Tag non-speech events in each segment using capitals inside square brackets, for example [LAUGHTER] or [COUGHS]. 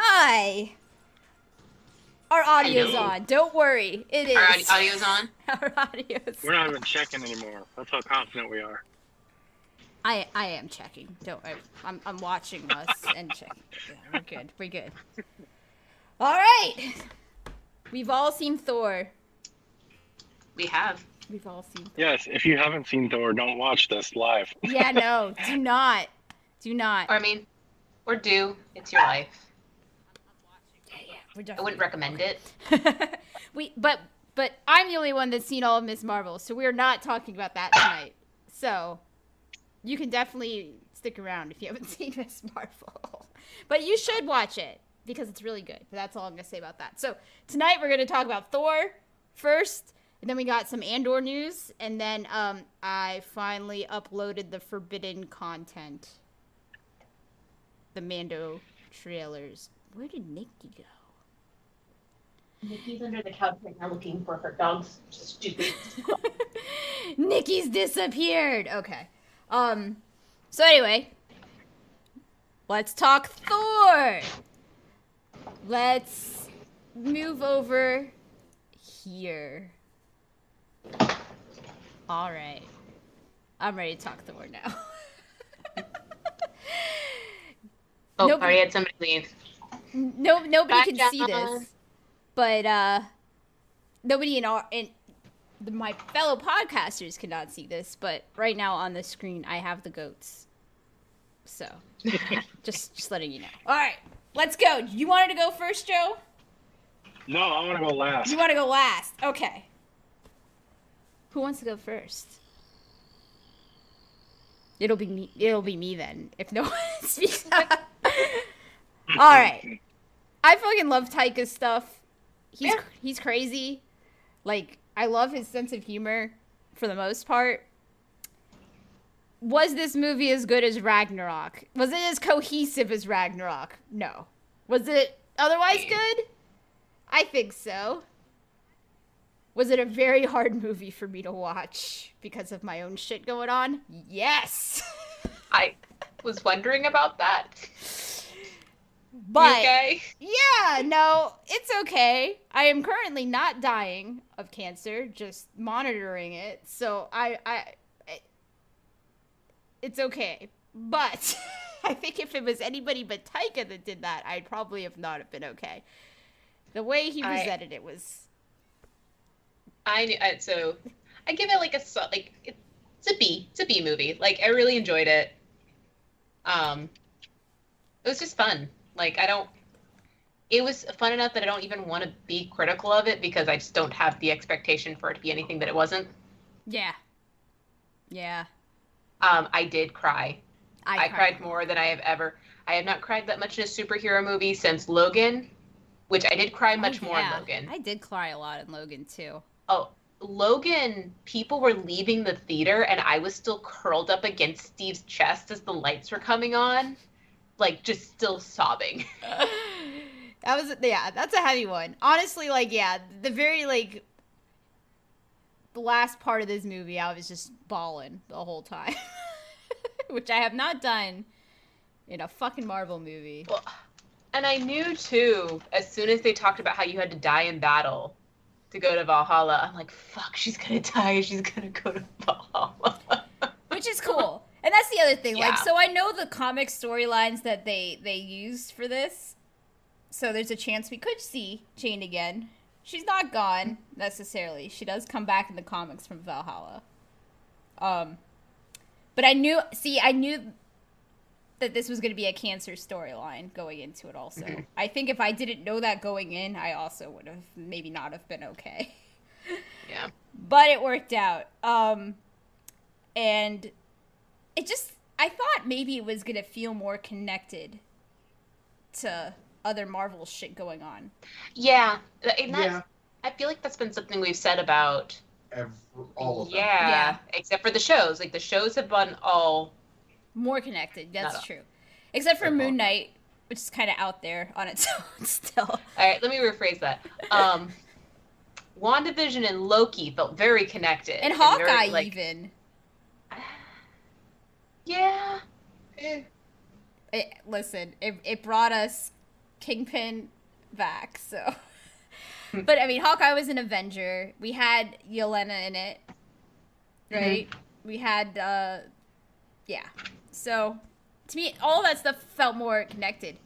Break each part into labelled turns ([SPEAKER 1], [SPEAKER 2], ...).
[SPEAKER 1] Hi. Our audio's
[SPEAKER 2] Hello.
[SPEAKER 1] on. Don't worry. It is.
[SPEAKER 2] Our audi- audio's on.
[SPEAKER 1] [LAUGHS] Our audio's.
[SPEAKER 3] We're not even checking anymore. That's how confident we are.
[SPEAKER 1] I I am checking. Don't worry. I'm I'm watching us and checking. Yeah, we're good. We're good. All right. We've all seen Thor.
[SPEAKER 2] We have.
[SPEAKER 1] We've all seen.
[SPEAKER 3] Yes, if you haven't seen Thor, don't watch this live. [LAUGHS]
[SPEAKER 1] Yeah. No. Do not. Do not.
[SPEAKER 2] Or I mean, or do. It's your life.
[SPEAKER 1] We're
[SPEAKER 2] I wouldn't recommend it.
[SPEAKER 1] definitely- [LAUGHS] we but but I'm the only one that's seen all of Miss Marvel, so we're not talking about that tonight. So you can definitely stick around if you haven't [LAUGHS] seen Miss Marvel. But you should watch it because it's really good. But that's all I'm gonna say about that. So tonight we're gonna talk about Thor first, and then we got some Andor news, and then um I finally uploaded the forbidden content. The Mando trailers. Where did Nikki go?
[SPEAKER 4] Nikki's under the couch right now looking for her dog's stupid.
[SPEAKER 1] Nikki's disappeared. Okay. Um. So anyway, let's talk Thor. Let's move over here. All right. I'm ready to talk Thor now. [LAUGHS]
[SPEAKER 2] Oh,
[SPEAKER 1] Nope.
[SPEAKER 2] sorry, I had somebody leave.
[SPEAKER 1] No, nobody
[SPEAKER 2] Bye,
[SPEAKER 1] can see
[SPEAKER 2] John.
[SPEAKER 1] this, but uh, nobody in our in the, my fellow podcasters cannot see this. But right now on the screen, I have the goats. So,
[SPEAKER 2] [LAUGHS]
[SPEAKER 1] just just letting you know. All right, let's go. You wanted to go first, Joe.
[SPEAKER 3] No, I want to go last.
[SPEAKER 1] You want to go last? Okay. Who wants to go first? It'll be me. It'll be me then. If no [LAUGHS] one speaks up. All right. I fucking love Taika's stuff. He's he's crazy. Like I love his sense of humor for the most part. Was this movie as good as Ragnarok? Was it as cohesive as Ragnarok? No. Was it otherwise good? I think so. Was it a very hard movie for me to watch because of my own shit going on? Yes. [LAUGHS]
[SPEAKER 2] I was wondering about that. You
[SPEAKER 1] But
[SPEAKER 2] okay?
[SPEAKER 1] yeah, no, it's okay. I am currently not dying of cancer, just monitoring it. So I I I- it's okay. But [LAUGHS] I think if it was anybody but Taika that did that, I'd probably have not have been okay. The way he
[SPEAKER 2] I-
[SPEAKER 1] presented it was
[SPEAKER 2] I knew, I, so I give it like a sol- like it- it's a B. It's a B movie. Like I really enjoyed it. Um, it was just fun. Like I don't. It was fun enough that I don't even want to be critical of it because I just don't have the expectation for it to be anything that it wasn't.
[SPEAKER 1] yeah. Yeah.
[SPEAKER 2] Um, I did cry. I, cried.
[SPEAKER 1] cried.
[SPEAKER 2] more than I have ever. I have not cried that much in a superhero movie since Logan, which I did cry
[SPEAKER 1] Oh,
[SPEAKER 2] much more in
[SPEAKER 1] yeah.
[SPEAKER 2] Logan.
[SPEAKER 1] I did cry a lot in Logan too.
[SPEAKER 2] Oh, Logan, people were leaving the theater and I was still curled up against Steve's chest as the lights were coming on, like just still sobbing. [LAUGHS]
[SPEAKER 1] [LAUGHS] that was yeah, that's a heavy one. Honestly, like yeah, the very like the last part of this movie, I was just bawling the whole time, [LAUGHS] which I have not done in a fucking Marvel movie.
[SPEAKER 2] Well, and I knew too, as soon as they talked about how you had to die in battle to go to Valhalla, I'm like, fuck, she's gonna [LAUGHS] die. She's gonna go to Valhalla. [LAUGHS]
[SPEAKER 1] which is cool. [LAUGHS] And that's the other thing. Like,
[SPEAKER 2] Yeah.
[SPEAKER 1] so I know the comic storylines that they they used for this. So there's a chance we could see Jane again. She's not gone necessarily. She does come back in the comics from Valhalla. Um, but I knew. See, I knew that this was going to be a cancer storyline going into it. Also, I think if I didn't know that going in, I also would have maybe not have been okay [LAUGHS]
[SPEAKER 2] Yeah.
[SPEAKER 1] but it worked out. Um, and it just, I thought maybe it was gonna feel more connected to other Marvel shit going on.
[SPEAKER 2] Yeah, th- and that's,
[SPEAKER 5] Yeah.
[SPEAKER 2] I feel like that's been something we've said about.
[SPEAKER 5] Ev all of them.
[SPEAKER 2] yeah,
[SPEAKER 1] Yeah.
[SPEAKER 2] except for the shows. Like the shows have been all.
[SPEAKER 1] More connected, that's
[SPEAKER 2] Not a-
[SPEAKER 1] true. Except for
[SPEAKER 5] Not a-
[SPEAKER 1] Moon Knight, which is kind of out there on its [LAUGHS] own still.
[SPEAKER 2] All right, let me rephrase that. Um, WandaVision and Loki felt very connected.
[SPEAKER 1] And
[SPEAKER 2] very,
[SPEAKER 1] Hawkeye,
[SPEAKER 2] like-
[SPEAKER 1] even.
[SPEAKER 2] Yeah. Eh.
[SPEAKER 1] It, listen, it, it brought us Kingpin back, so. But I mean, Hawkeye was an Avenger. We had Yelena in it, right? We had, uh, yeah. So, to me, all that stuff felt more connected.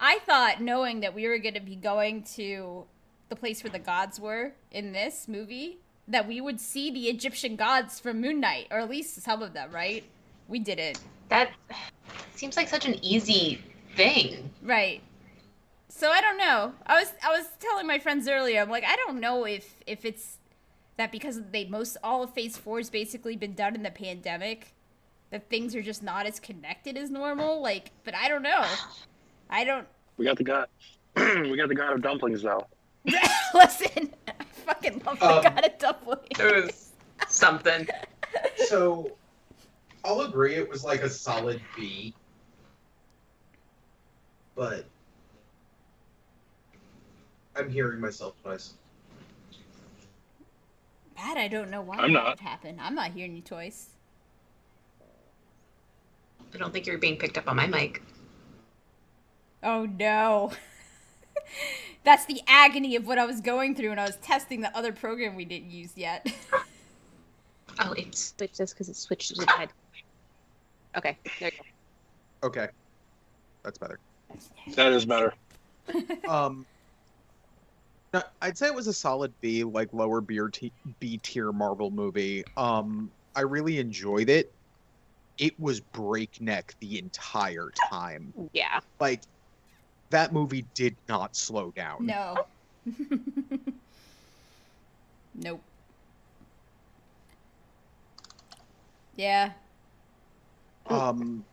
[SPEAKER 1] I thought knowing that we were going to be going to the place where the gods were in this movie, that we would see the Egyptian gods from Moon Knight, or at least some of them, right? We didn't.
[SPEAKER 6] That seems like such an easy
[SPEAKER 2] [LAUGHS]
[SPEAKER 6] thing.
[SPEAKER 1] Right. So I don't know. I was I was telling my friends earlier. I'm like I don't know if if it's that because they most all of Phase Four's basically been done in the pandemic, that things are just not as connected as normal. Like, but I don't know. I don't [LAUGHS]
[SPEAKER 3] We got the god. [CLEARS THROAT] we got the god of dumplings though.
[SPEAKER 1] listen. I fucking love the
[SPEAKER 5] Um,
[SPEAKER 1] god of [LAUGHS] dumplings.
[SPEAKER 6] It was something.
[SPEAKER 5] So I'll agree it was like a solid B. But I'm hearing myself twice.
[SPEAKER 1] Bad. I don't know why
[SPEAKER 3] I'm
[SPEAKER 1] that
[SPEAKER 3] not.
[SPEAKER 1] would happen. I'm not hearing you twice.
[SPEAKER 6] I don't think you're being picked up on my mic.
[SPEAKER 1] Oh no. [LAUGHS] That's the agony of what I was going through when I was testing the other program we didn't use yet. [LAUGHS]
[SPEAKER 6] Oh, it's
[SPEAKER 2] Switch this because it switched to the head. Okay, there you go.
[SPEAKER 5] Okay. That's better.
[SPEAKER 3] That is better.
[SPEAKER 5] Um [LAUGHS] no, I'd say it was a solid B, like lower B or t- B tier Marvel movie. Um I really enjoyed it. It was breakneck the entire time.
[SPEAKER 2] Yeah.
[SPEAKER 5] Like that movie did not slow down.
[SPEAKER 1] No. [LAUGHS] nope. Yeah.
[SPEAKER 5] Um,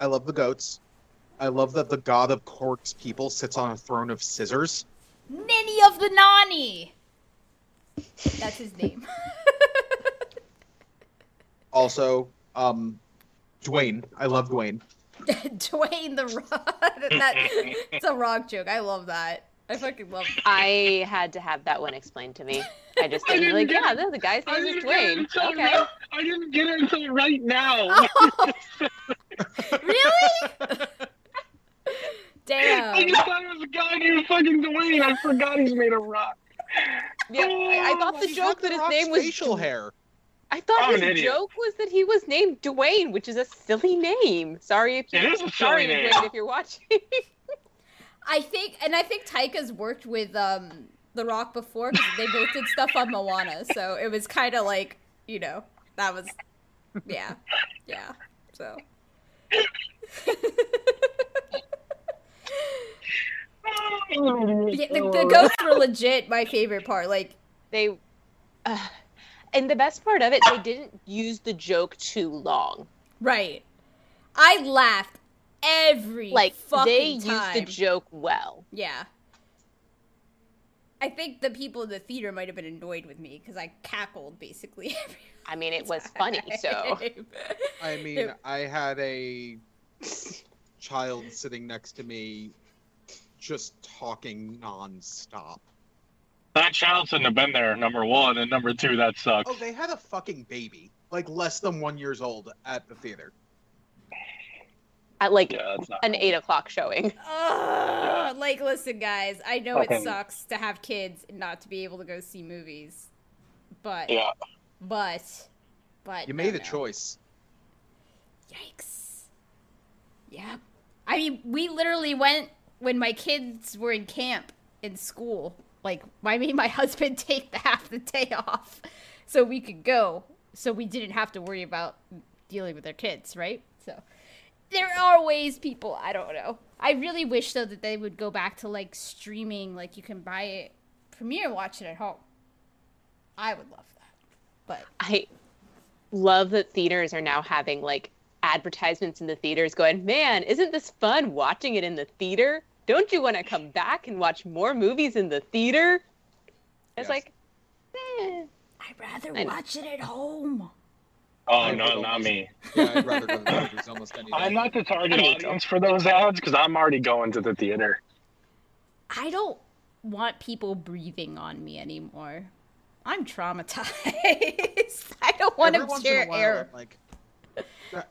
[SPEAKER 5] I love the goats. I love that the god of Cork's people sits on a throne of scissors.
[SPEAKER 1] Ninny of the Nani! That's his [LAUGHS] name.
[SPEAKER 5] Also, um, Dwayne. I love Dwayne.
[SPEAKER 1] Dwayne the Rock. [LAUGHS] that, it's a rock joke. I love that. I fucking love
[SPEAKER 2] I had to have that one explained to me. [LAUGHS] I just didn't like, yeah, the, the guy's name is Dwayne. Okay.
[SPEAKER 3] I didn't get it until right now.
[SPEAKER 1] Oh, [LAUGHS] Really?
[SPEAKER 3] [LAUGHS] I
[SPEAKER 1] Damn.
[SPEAKER 3] just thought it was a guy named fucking Dwayne. I forgot he's made of rock.
[SPEAKER 2] Yeah, I, I thought the
[SPEAKER 5] Oh, He's
[SPEAKER 2] joke
[SPEAKER 5] got
[SPEAKER 2] that
[SPEAKER 5] The
[SPEAKER 2] his
[SPEAKER 5] Rock's
[SPEAKER 2] name was
[SPEAKER 5] facial hair.
[SPEAKER 2] I thought
[SPEAKER 3] I'm an
[SPEAKER 2] his
[SPEAKER 3] idiot.
[SPEAKER 2] joke was that he was named Dwayne, which is a silly name. Sorry if you
[SPEAKER 3] It is a
[SPEAKER 2] sorry
[SPEAKER 3] silly name.
[SPEAKER 2] Dwayne if you're watching. [LAUGHS]
[SPEAKER 1] I think, and I think Taika's worked with um The Rock before 'cause they both did stuff on Moana, so it was kind of like you know that was, yeah, yeah. So [LAUGHS] Yeah, the,
[SPEAKER 3] Oh.
[SPEAKER 1] the ghosts were legit my favorite part. Like
[SPEAKER 2] they uh, and the best part of it, they didn't use the joke too long.
[SPEAKER 1] right, I laughed every
[SPEAKER 2] Like they
[SPEAKER 1] fucking
[SPEAKER 2] used
[SPEAKER 1] time.
[SPEAKER 2] the joke well.
[SPEAKER 1] Yeah. I think the people in the theater might have been annoyed with me because I cackled basically [LAUGHS] every
[SPEAKER 2] I mean, it was funny,
[SPEAKER 1] [LAUGHS]
[SPEAKER 5] [LAUGHS]
[SPEAKER 2] so
[SPEAKER 1] time.
[SPEAKER 2] [LAUGHS]
[SPEAKER 5] I mean, I had a child sitting next to me, just talking nonstop.
[SPEAKER 3] That child shouldn't have been there, number one. And number two, that sucks.
[SPEAKER 5] Oh, they had a fucking baby, like less than one years old, at the theater.
[SPEAKER 2] at like
[SPEAKER 3] Yeah, that's not
[SPEAKER 2] an
[SPEAKER 3] cool.
[SPEAKER 2] eight o'clock showing.
[SPEAKER 1] Ugh, like, listen, guys, I know it
[SPEAKER 3] Okay.
[SPEAKER 1] sucks to have kids and not to be able to go see movies, but,
[SPEAKER 3] Yeah.
[SPEAKER 1] but, but
[SPEAKER 5] You made
[SPEAKER 1] no,
[SPEAKER 5] a
[SPEAKER 1] no.
[SPEAKER 5] choice.
[SPEAKER 1] Yikes. Yeah. I mean, we literally went when my kids were in camp in school. Like, I made my [LAUGHS] husband take the half the day off so we could go, so we didn't have to worry about dealing with their kids, right? So there are ways, people. I don't know. I really wish though that they would go back to like streaming. Like, you can buy it, premiere, watch it at home. I would love that, but
[SPEAKER 2] I love that theaters are now having like advertisements in the theaters going, man, isn't this fun watching it in the theater? Don't you want to come back and watch more movies in the theater? It's
[SPEAKER 5] Yes.
[SPEAKER 2] like, eh.
[SPEAKER 1] I'd rather
[SPEAKER 2] I know.
[SPEAKER 1] watch it at home.
[SPEAKER 3] Oh, no, not me.
[SPEAKER 5] Yeah, I'd rather go to the
[SPEAKER 2] [LAUGHS]
[SPEAKER 5] movies almost any day.
[SPEAKER 3] I'm not the target
[SPEAKER 2] I need
[SPEAKER 3] audience for those ads because I'm already going to the theater.
[SPEAKER 1] I don't want people breathing on me anymore. I'm traumatized. [LAUGHS] I don't want
[SPEAKER 5] Every
[SPEAKER 1] to
[SPEAKER 5] once in
[SPEAKER 1] share
[SPEAKER 5] a while,
[SPEAKER 1] air.
[SPEAKER 5] I'm like,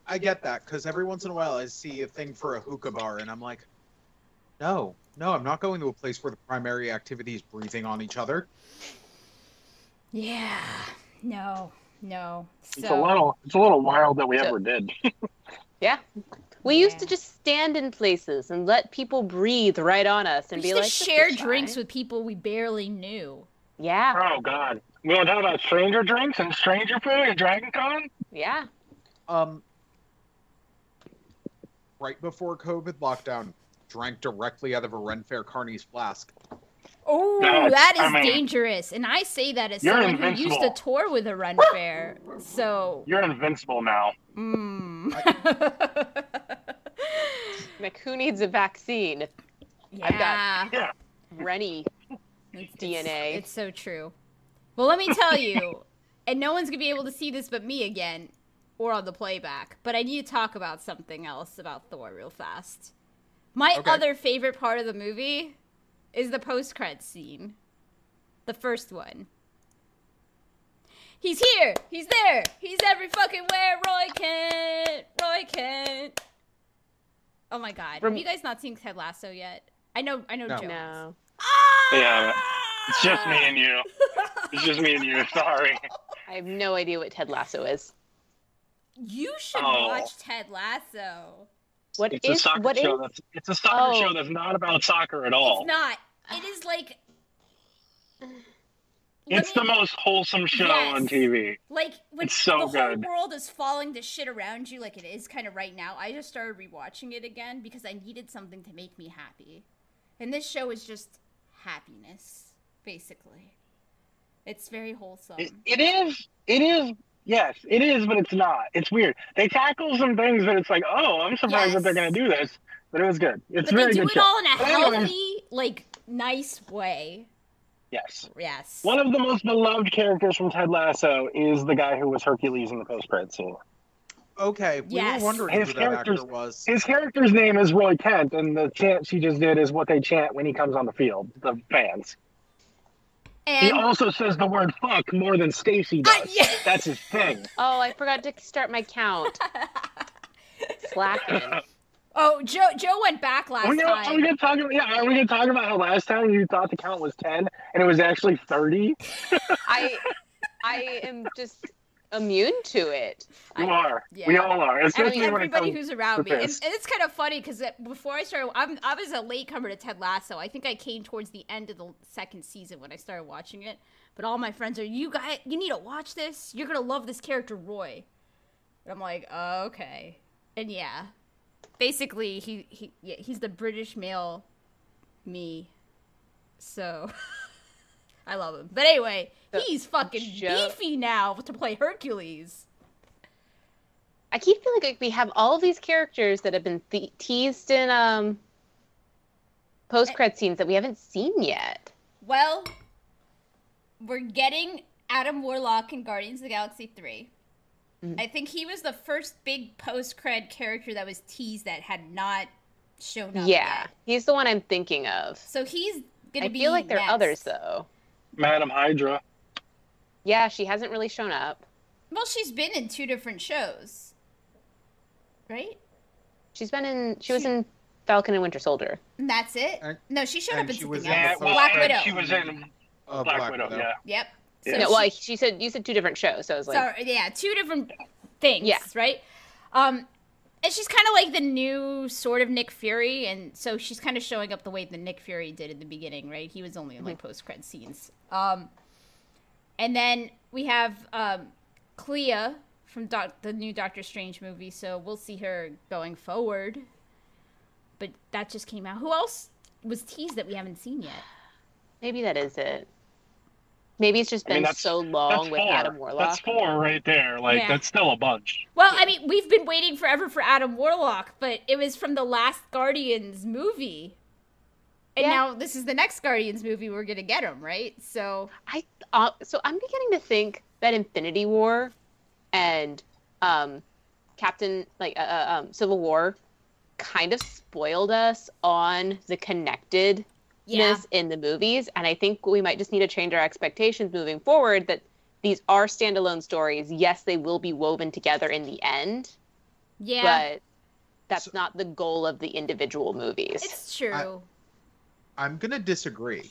[SPEAKER 5] I get that because every once in a while I see a thing for a hookah bar and I'm like, No, no, I'm not going to a place where the primary activity is breathing on each other.
[SPEAKER 1] Yeah. No. No. So,
[SPEAKER 3] It's a little it's a little wild that we
[SPEAKER 2] So-
[SPEAKER 3] ever did.
[SPEAKER 2] We used to
[SPEAKER 1] Yeah.
[SPEAKER 2] just stand in places and let people breathe right on us and
[SPEAKER 1] we
[SPEAKER 2] be
[SPEAKER 1] used
[SPEAKER 2] like,
[SPEAKER 1] to
[SPEAKER 2] "This
[SPEAKER 1] share
[SPEAKER 2] is
[SPEAKER 1] drinks
[SPEAKER 2] fine."
[SPEAKER 1] with people we barely knew.
[SPEAKER 2] Yeah,
[SPEAKER 3] Oh God. We were talking about stranger drinks and stranger food and Dragon Con?
[SPEAKER 2] yeah.
[SPEAKER 5] Um, right before COVID lockdown, drank directly out of a Renfair Carney's flask.
[SPEAKER 1] Oh,
[SPEAKER 3] That's-
[SPEAKER 1] that is
[SPEAKER 3] I mean-
[SPEAKER 1] dangerous. And I say that as
[SPEAKER 3] You're
[SPEAKER 1] someone who used
[SPEAKER 3] invincible.
[SPEAKER 1] to tour with a run fair. So,
[SPEAKER 3] You're invincible now.
[SPEAKER 1] mm.
[SPEAKER 2] Like, who needs a vaccine? got-
[SPEAKER 1] [LAUGHS] yeah. [LAUGHS]
[SPEAKER 2] Rennie.
[SPEAKER 1] It's- it's-
[SPEAKER 2] DNA.
[SPEAKER 1] It's, so true. Well, let me tell you, [LAUGHS] and no one's gonna be able to see this but me again, or on the playback. But I need to talk about something else about Thor real fast. My
[SPEAKER 5] Okay.
[SPEAKER 1] other favorite part of the movie is the post cred scene, the first one. He's here. He's there. He's every fucking where. Roy Kent. Roy Kent. Oh my god.
[SPEAKER 2] Rem-
[SPEAKER 1] Have you guys not seen Ted Lasso yet? I know. I know.
[SPEAKER 5] No.
[SPEAKER 1] Joe has.
[SPEAKER 2] No.
[SPEAKER 3] Yeah. It's just me
[SPEAKER 1] [LAUGHS]
[SPEAKER 3] and you. It's just me and you. Sorry.
[SPEAKER 2] I have no idea what Ted Lasso is.
[SPEAKER 1] You should
[SPEAKER 3] Oh.
[SPEAKER 1] watch Ted Lasso.
[SPEAKER 2] What is?
[SPEAKER 3] It's a soccer
[SPEAKER 2] what is-
[SPEAKER 3] show. That's, it's a soccer
[SPEAKER 2] Oh.
[SPEAKER 3] show that's not about soccer at all.
[SPEAKER 1] It's not. It is like. Let
[SPEAKER 3] It's the
[SPEAKER 1] me-
[SPEAKER 3] most wholesome show
[SPEAKER 1] Yes.
[SPEAKER 3] on TV.
[SPEAKER 1] like when
[SPEAKER 3] it's
[SPEAKER 1] the
[SPEAKER 3] so good.
[SPEAKER 1] whole world is falling to shit around you, like it is kind of right now. I just started rewatching it again because I needed something to make me happy, and this show is just happiness, basically. It's very wholesome.
[SPEAKER 3] It, it is. It is. Yes, it is, but it's not. It's weird. They tackle some things that it's like, oh, I'm surprised that they're
[SPEAKER 1] Yes.
[SPEAKER 3] going to do this, but it was good. It's
[SPEAKER 1] but they
[SPEAKER 3] a really
[SPEAKER 1] do
[SPEAKER 3] good
[SPEAKER 1] it
[SPEAKER 3] show.
[SPEAKER 1] all in a
[SPEAKER 3] But anyway.
[SPEAKER 1] healthy, like nice way.
[SPEAKER 3] Yes.
[SPEAKER 1] Yes.
[SPEAKER 3] One of the most beloved characters from Ted Lasso is the guy who was Hercules in the post-credit scene.
[SPEAKER 5] Okay, we
[SPEAKER 1] Yes.
[SPEAKER 5] were wondering
[SPEAKER 3] His
[SPEAKER 5] who that actor
[SPEAKER 3] character's-
[SPEAKER 5] was.
[SPEAKER 3] His character's name is Roy Kent, and the chant she just did is what they chant when he comes on the field, the fans.
[SPEAKER 1] and
[SPEAKER 3] he also says the word fuck more than Stacy does.
[SPEAKER 1] Ah, yeah.
[SPEAKER 3] That's his thing.
[SPEAKER 2] Oh, I forgot to start
[SPEAKER 1] [LAUGHS]
[SPEAKER 2] my count. Slacking.
[SPEAKER 1] oh, Joe Joe went back last
[SPEAKER 3] Are we, gonna,
[SPEAKER 1] time.
[SPEAKER 3] are we gonna talk about yeah, are we gonna talk about how last time you thought the count was ten and it was actually thirty?
[SPEAKER 2] I, I am just immune to it.
[SPEAKER 3] You
[SPEAKER 1] I-
[SPEAKER 3] are.
[SPEAKER 1] yeah.
[SPEAKER 3] We all are.
[SPEAKER 1] I
[SPEAKER 3] Especially
[SPEAKER 1] mean,
[SPEAKER 3] when it
[SPEAKER 1] everybody
[SPEAKER 3] comes
[SPEAKER 1] who's around me. And,
[SPEAKER 3] this.
[SPEAKER 1] and it's kind of funny because before I started, I'm, I was a latecomer to Ted Lasso. I think I came towards the end of the second season when I started watching it. But all my friends are, you guys, you need to watch this. You're going to love this character, Roy. And I'm like, oh, okay. And yeah, basically, he, he yeah, he's the British male me. So [LAUGHS] I love him. But anyway,
[SPEAKER 2] So,
[SPEAKER 1] he's fucking
[SPEAKER 2] Joe-
[SPEAKER 1] beefy now to play Hercules.
[SPEAKER 2] I keep feeling like we have all these characters that have been the teased in um, post-cred scenes that we haven't seen yet.
[SPEAKER 1] Well, we're getting Adam Warlock in Guardians of the Galaxy 3.
[SPEAKER 2] Mhm.
[SPEAKER 1] I think he was the first big post cred character that was teased that had not shown up.
[SPEAKER 2] yeah,
[SPEAKER 1] yet.
[SPEAKER 2] he's the one I'm thinking of.
[SPEAKER 1] So he's going
[SPEAKER 2] I
[SPEAKER 1] to be.
[SPEAKER 2] feel like there are
[SPEAKER 1] next.
[SPEAKER 2] others though.
[SPEAKER 3] Madam Hydra.
[SPEAKER 2] Yeah, she hasn't really shown up.
[SPEAKER 1] Well, she's been in two different shows. Right?
[SPEAKER 2] She's been in. She was in Falcon and Winter Soldier.
[SPEAKER 1] And that's it?
[SPEAKER 5] And-
[SPEAKER 1] no, she showed up
[SPEAKER 5] and
[SPEAKER 1] in
[SPEAKER 5] she was
[SPEAKER 1] something
[SPEAKER 5] in the
[SPEAKER 1] else.
[SPEAKER 5] first-
[SPEAKER 1] Black
[SPEAKER 3] and
[SPEAKER 1] Widow.
[SPEAKER 3] She was in
[SPEAKER 5] Uh,
[SPEAKER 3] Black, Widow, yeah.
[SPEAKER 1] Yep. So
[SPEAKER 3] Yeah.
[SPEAKER 2] No,
[SPEAKER 1] she-
[SPEAKER 2] well, she said you said two different shows, so I was like,
[SPEAKER 1] Sorry, yeah, two different things,
[SPEAKER 2] Yeah.
[SPEAKER 1] right? Um, and she's kind of like the new sort of Nick Fury, and so she's kind of showing up the way that Nick Fury did at the beginning, right? He was only in
[SPEAKER 2] Mm-hmm.
[SPEAKER 1] like post cred scenes. Um, and then we have um, Clea from Doc- the new Doctor Strange movie, so we'll see her going forward. But that just came out. Who else was teased that we haven't seen yet?
[SPEAKER 2] maybe that is it. Maybe it's just
[SPEAKER 3] I mean,
[SPEAKER 2] been
[SPEAKER 3] that's-
[SPEAKER 2] so
[SPEAKER 3] That's
[SPEAKER 2] long with
[SPEAKER 3] four.
[SPEAKER 2] Adam Warlock.
[SPEAKER 3] That's four right there. Like
[SPEAKER 1] Yeah.
[SPEAKER 3] that's still a bunch.
[SPEAKER 1] Well, I mean, we've been waiting forever for Adam Warlock, but it was from the last Guardians movie. And
[SPEAKER 2] Yeah.
[SPEAKER 1] now this is the next Guardians movie we're going to get him, right? So,
[SPEAKER 2] I uh, so I'm beginning to think that Infinity War and um, Captain like uh, uh, um, Civil War kind of spoiled us on the connectedness
[SPEAKER 1] yeah.
[SPEAKER 2] in the movies, and I think we might just need to change our expectations moving forward that these are standalone stories. Yes, they will be woven together in the end,
[SPEAKER 1] Yeah.
[SPEAKER 2] but that's
[SPEAKER 5] So-
[SPEAKER 2] not the goal of the individual movies.
[SPEAKER 1] It's true.
[SPEAKER 5] I'm gonna disagree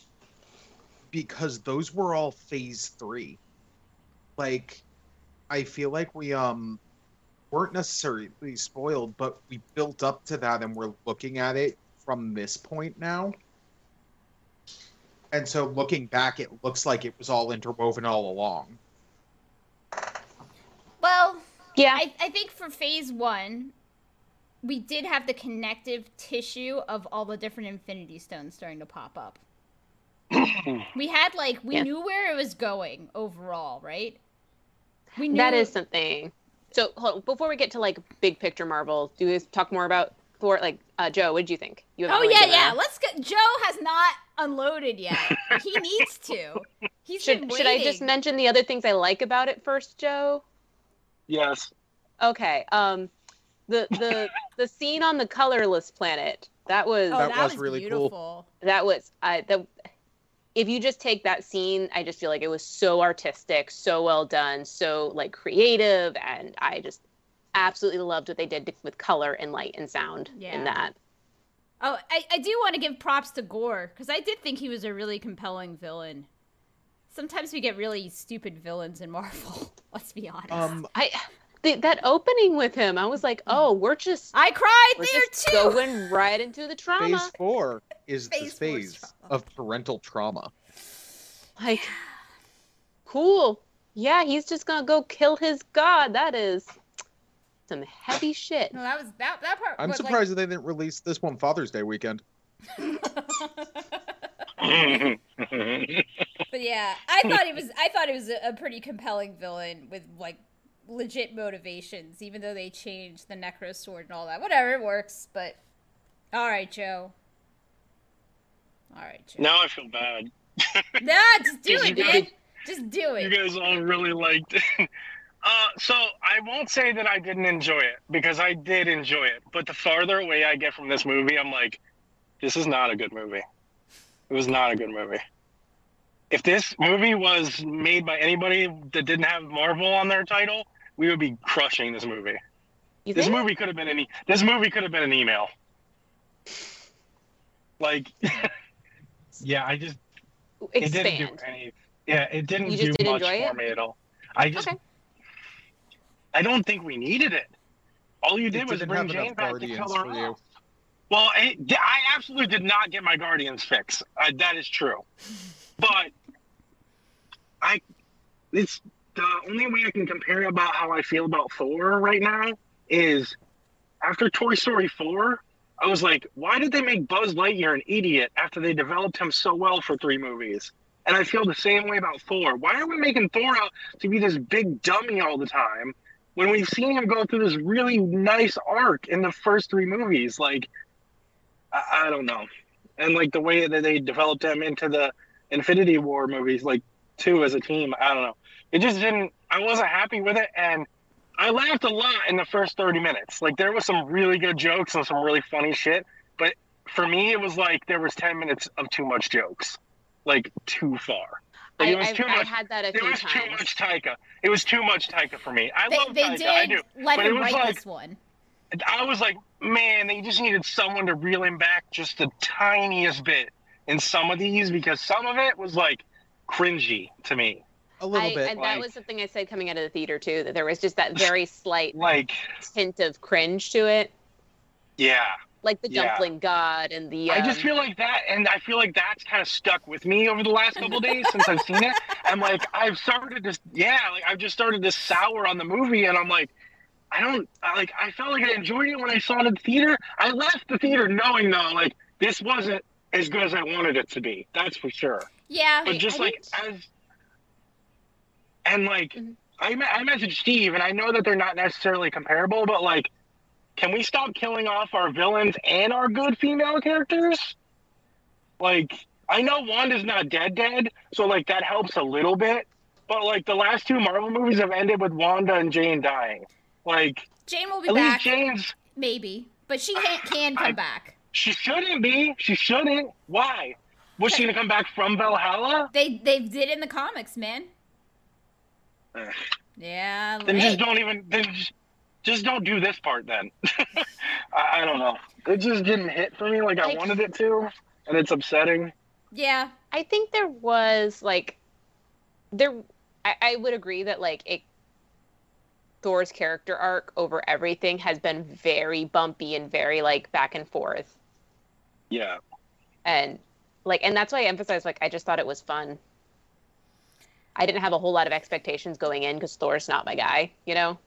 [SPEAKER 5] because those were all phase three. Like, I feel like we um weren't necessarily spoiled, but we built up to that, and we're looking at it from this point now. And so, looking back, it looks like it was all interwoven all along.
[SPEAKER 1] well,
[SPEAKER 2] yeah,
[SPEAKER 1] I, I think for phase one, we did have the connective tissue of all the different Infinity Stones starting to pop up. we had like we
[SPEAKER 2] Yeah.
[SPEAKER 1] knew where it was going overall, right? We knew
[SPEAKER 2] that is something. So hold on, before we get to like big picture Marvel, do you talk more about Thor? Like uh, Joe, what did you think? You haven't
[SPEAKER 1] Oh
[SPEAKER 2] really
[SPEAKER 1] yeah,
[SPEAKER 2] given
[SPEAKER 1] yeah.
[SPEAKER 2] a-
[SPEAKER 1] Let's go. Joe has not unloaded yet. he needs to. He's been
[SPEAKER 2] Should should I just
[SPEAKER 1] waiting.
[SPEAKER 2] mention the other things I like about it first, Joe?
[SPEAKER 3] [CLEARS THROAT] Yes. [LAUGHS]
[SPEAKER 2] Okay. Um, the
[SPEAKER 1] [LAUGHS]
[SPEAKER 2] the the scene on the colorless planet that was
[SPEAKER 1] Oh,
[SPEAKER 5] That
[SPEAKER 1] that,
[SPEAKER 5] was
[SPEAKER 1] was,
[SPEAKER 5] really cool.
[SPEAKER 1] beautiful.
[SPEAKER 2] that was I the if you just take that scene, I just feel like it was so artistic, so well done, so like creative, and I just absolutely loved what they did with color and light and sound
[SPEAKER 1] Yeah.
[SPEAKER 2] in that.
[SPEAKER 1] Oh, I, I do want to give props to Gore because I did think he was a really compelling villain. Sometimes we get really stupid villains in Marvel. [LAUGHS] Let's be honest.
[SPEAKER 5] Um,
[SPEAKER 2] I the, that opening with him, I was like, oh, we're just
[SPEAKER 1] I cried
[SPEAKER 2] we're
[SPEAKER 1] Mm-hmm. there
[SPEAKER 2] just
[SPEAKER 1] too.
[SPEAKER 2] going right into the trauma.
[SPEAKER 5] phase four is the
[SPEAKER 1] Phase four is
[SPEAKER 5] phase
[SPEAKER 1] trauma.
[SPEAKER 5] of parental trauma.
[SPEAKER 2] Like, cool. Yeah, he's just gonna go kill his god. That is some heavy shit.
[SPEAKER 1] No, that was that that part.
[SPEAKER 5] I'm
[SPEAKER 1] was, like-
[SPEAKER 5] surprised that they didn't release this one Father's Day weekend.
[SPEAKER 1] [LAUGHS] but yeah, I thought it was I thought it was a, a pretty compelling villain with like legit motivations, even though they changed the necro sword and all that. Whatever, it works. But all right, Joe. All right, Joe.
[SPEAKER 3] now I feel bad.
[SPEAKER 1] Nah, just do
[SPEAKER 3] Did
[SPEAKER 1] it,
[SPEAKER 3] you-
[SPEAKER 1] man. Just do
[SPEAKER 3] You
[SPEAKER 1] it.
[SPEAKER 3] guys all really liked it. [LAUGHS] Uh, so I won't say that I didn't enjoy it because I did enjoy it. But the farther away I get from this movie, I'm like, this is not a good movie. It was not a good movie. If this movie was made by anybody that didn't have Marvel on their title, we would be crushing this movie.
[SPEAKER 2] You
[SPEAKER 3] This
[SPEAKER 2] think?
[SPEAKER 3] movie could have been an e- this movie could have been an email. Like, [LAUGHS] yeah, I just
[SPEAKER 2] Expand.
[SPEAKER 3] it didn't do any. Yeah, it didn't
[SPEAKER 2] You
[SPEAKER 3] do
[SPEAKER 2] just didn't
[SPEAKER 3] much
[SPEAKER 2] enjoy
[SPEAKER 3] for
[SPEAKER 2] it?
[SPEAKER 3] me at all. I just,
[SPEAKER 2] Okay.
[SPEAKER 3] I don't think we needed it. All you did
[SPEAKER 5] It
[SPEAKER 3] was
[SPEAKER 5] didn't
[SPEAKER 3] bring
[SPEAKER 5] have enough
[SPEAKER 3] Jane back to
[SPEAKER 5] Guardians
[SPEAKER 3] kill her
[SPEAKER 5] for you.
[SPEAKER 3] off. Well, it, I absolutely did not get my Guardians fix. Uh, that is true, but I, it's the only way I can compare about how I feel about Thor right now is after Toy Story four. I was like, why did they make Buzz Lightyear an idiot after they developed him so well for three movies? And I feel the same way about Thor. Why are we making Thor out to be this big dummy all the time when we've seen him go through this really nice arc in the first three movies? Like, I, I don't know. And like the way that they developed him into the Infinity War movies, like two as a team, I don't know. It just didn't, I wasn't happy with it. And I laughed a lot in the first 30 minutes. Like, there was some really good jokes and some really funny shit. But for me, it was like there was 10 minutes of too much jokes, like too far. Like,
[SPEAKER 2] I,
[SPEAKER 3] it was
[SPEAKER 2] I've-
[SPEAKER 3] too
[SPEAKER 2] I
[SPEAKER 3] much
[SPEAKER 2] had that a
[SPEAKER 3] it
[SPEAKER 2] few
[SPEAKER 3] was too
[SPEAKER 2] times.
[SPEAKER 3] much Taika. It was too much Taika for me. I
[SPEAKER 1] They,
[SPEAKER 3] love
[SPEAKER 1] they
[SPEAKER 3] Taika.
[SPEAKER 1] did
[SPEAKER 3] I do.
[SPEAKER 1] let
[SPEAKER 3] but it
[SPEAKER 1] him
[SPEAKER 3] was
[SPEAKER 1] write
[SPEAKER 3] like-
[SPEAKER 1] this one.
[SPEAKER 3] I was like, man, they just needed someone to reel him back just the tiniest bit in some of these because some of it was like cringy to me.
[SPEAKER 5] A little
[SPEAKER 2] I-
[SPEAKER 5] bit.
[SPEAKER 2] and
[SPEAKER 3] like-
[SPEAKER 2] that was something I said coming out of the theater too. That there was just that very
[SPEAKER 3] [LAUGHS]
[SPEAKER 2] slight
[SPEAKER 3] Like,
[SPEAKER 2] hint of cringe to it,
[SPEAKER 3] yeah.
[SPEAKER 2] like the
[SPEAKER 3] Yeah.
[SPEAKER 2] dumpling god and the.
[SPEAKER 3] I just
[SPEAKER 2] um,
[SPEAKER 3] feel like that, and I feel like that's kind of stuck with me over the last couple days since I've seen it. I'm like, I've started to, yeah, like I've just started to sour on the movie, and I'm like, I don't, I, like, I felt like I enjoyed it when I saw it in the theater. I left the theater knowing though, like, this wasn't as good as I wanted it to be. That's for sure.
[SPEAKER 1] Yeah.
[SPEAKER 3] But just
[SPEAKER 2] I
[SPEAKER 3] like as, and like,
[SPEAKER 2] Mhm.
[SPEAKER 3] I me- I messaged Steve, and I know that they're not necessarily comparable, but like, can we stop killing off our villains and our good female characters? Like, I know Wanda's not dead, dead, so like that helps a little bit. But like the last two Marvel movies have ended with Wanda and Jane dying. Like,
[SPEAKER 1] Jane will be
[SPEAKER 3] at
[SPEAKER 1] back,
[SPEAKER 3] least Jane's
[SPEAKER 1] maybe, but she
[SPEAKER 3] [SIGHS]
[SPEAKER 1] ha- can come
[SPEAKER 3] I-
[SPEAKER 1] back.
[SPEAKER 3] she shouldn't be. She shouldn't. Why? Was she gonna come back from Valhalla?
[SPEAKER 1] They they did in the
[SPEAKER 3] [SIGHS]
[SPEAKER 1] comics, man.
[SPEAKER 3] Ugh.
[SPEAKER 1] Yeah.
[SPEAKER 3] Then
[SPEAKER 1] right.
[SPEAKER 3] just don't even. Then just, Just don't do this part then. [LAUGHS] I, I don't know. It just didn't hit for me like I
[SPEAKER 2] Like-
[SPEAKER 3] wanted it to, and it's upsetting.
[SPEAKER 1] Yeah.
[SPEAKER 2] I think there was like there I, I would agree that like it Thor's character arc over everything has been very bumpy and very like back and forth
[SPEAKER 3] Yeah.
[SPEAKER 2] and like and that's why I emphasize like I just thought it was fun. I didn't have a whole lot of expectations going in because Thor's not my guy, you know.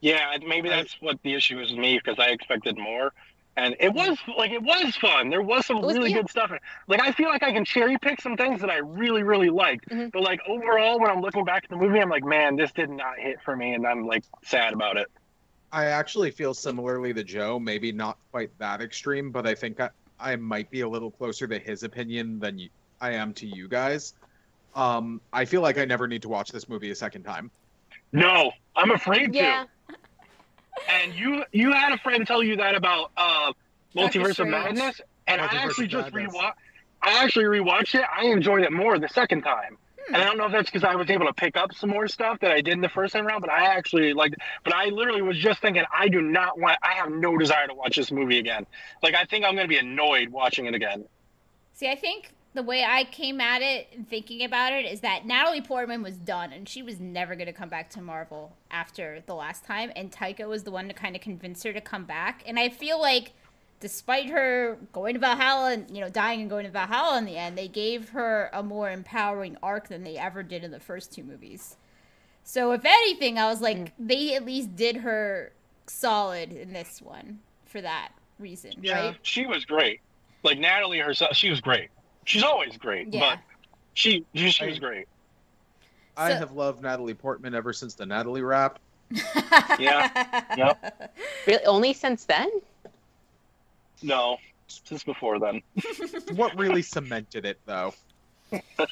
[SPEAKER 3] Yeah, and maybe
[SPEAKER 5] Right.
[SPEAKER 3] that's what the issue is with me because I expected more. And it was like it was fun. There was some
[SPEAKER 2] It was-
[SPEAKER 3] really
[SPEAKER 2] yeah.
[SPEAKER 3] good stuff. in it. Like I feel like I can cherry pick some things that I really really liked.
[SPEAKER 2] Mhm.
[SPEAKER 3] But like overall, when I'm looking back at the movie, I'm like, man, this did not hit for me, and I'm like sad about it.
[SPEAKER 5] I actually feel similarly to Joe, maybe not quite that extreme, but I think I, I might be a little closer to his opinion than you, I am to you guys. Um, I feel like I never need to watch this movie a second time.
[SPEAKER 3] No, I'm afraid
[SPEAKER 2] Yeah.
[SPEAKER 3] to. And you you had a friend tell you that about uh,
[SPEAKER 1] Doctor
[SPEAKER 3] Multiverse of
[SPEAKER 1] Strange.
[SPEAKER 3] Madness, and I
[SPEAKER 5] Multiverse of
[SPEAKER 3] actually just
[SPEAKER 5] Madness.
[SPEAKER 3] rewatched. I actually rewatched it. I enjoyed it more the second time.
[SPEAKER 1] Hmm.
[SPEAKER 3] And I don't know if that's because I was able to pick up some more stuff that I did in the first time around, but I actually like. But I literally was just thinking, I do not want. I have no desire to watch this movie again. Like I think I'm going to be annoyed watching it again.
[SPEAKER 1] See, I think the way I came at it and thinking about it is that Natalie Portman was done and she was never going to come back to Marvel after the last time. And Taika was the one to kind of convince her to come back. And I feel like despite her going to Valhalla and, you know, dying and going to Valhalla in the end, they gave her a more empowering arc than they ever did in the first two movies. So if anything, I was like, they at least did her solid in this one for that reason, right?
[SPEAKER 3] she was great. Like Natalie herself, she was great. She's always great,
[SPEAKER 1] Yeah.
[SPEAKER 3] but she she, she was great.
[SPEAKER 5] I
[SPEAKER 1] So-
[SPEAKER 5] have loved Natalie Portman ever since the
[SPEAKER 2] [LAUGHS]
[SPEAKER 5] Natalie rap.
[SPEAKER 3] Yeah. Yep.
[SPEAKER 2] Really only since then?
[SPEAKER 3] No, since before then.
[SPEAKER 5] What really cemented it, though?
[SPEAKER 1] [LAUGHS]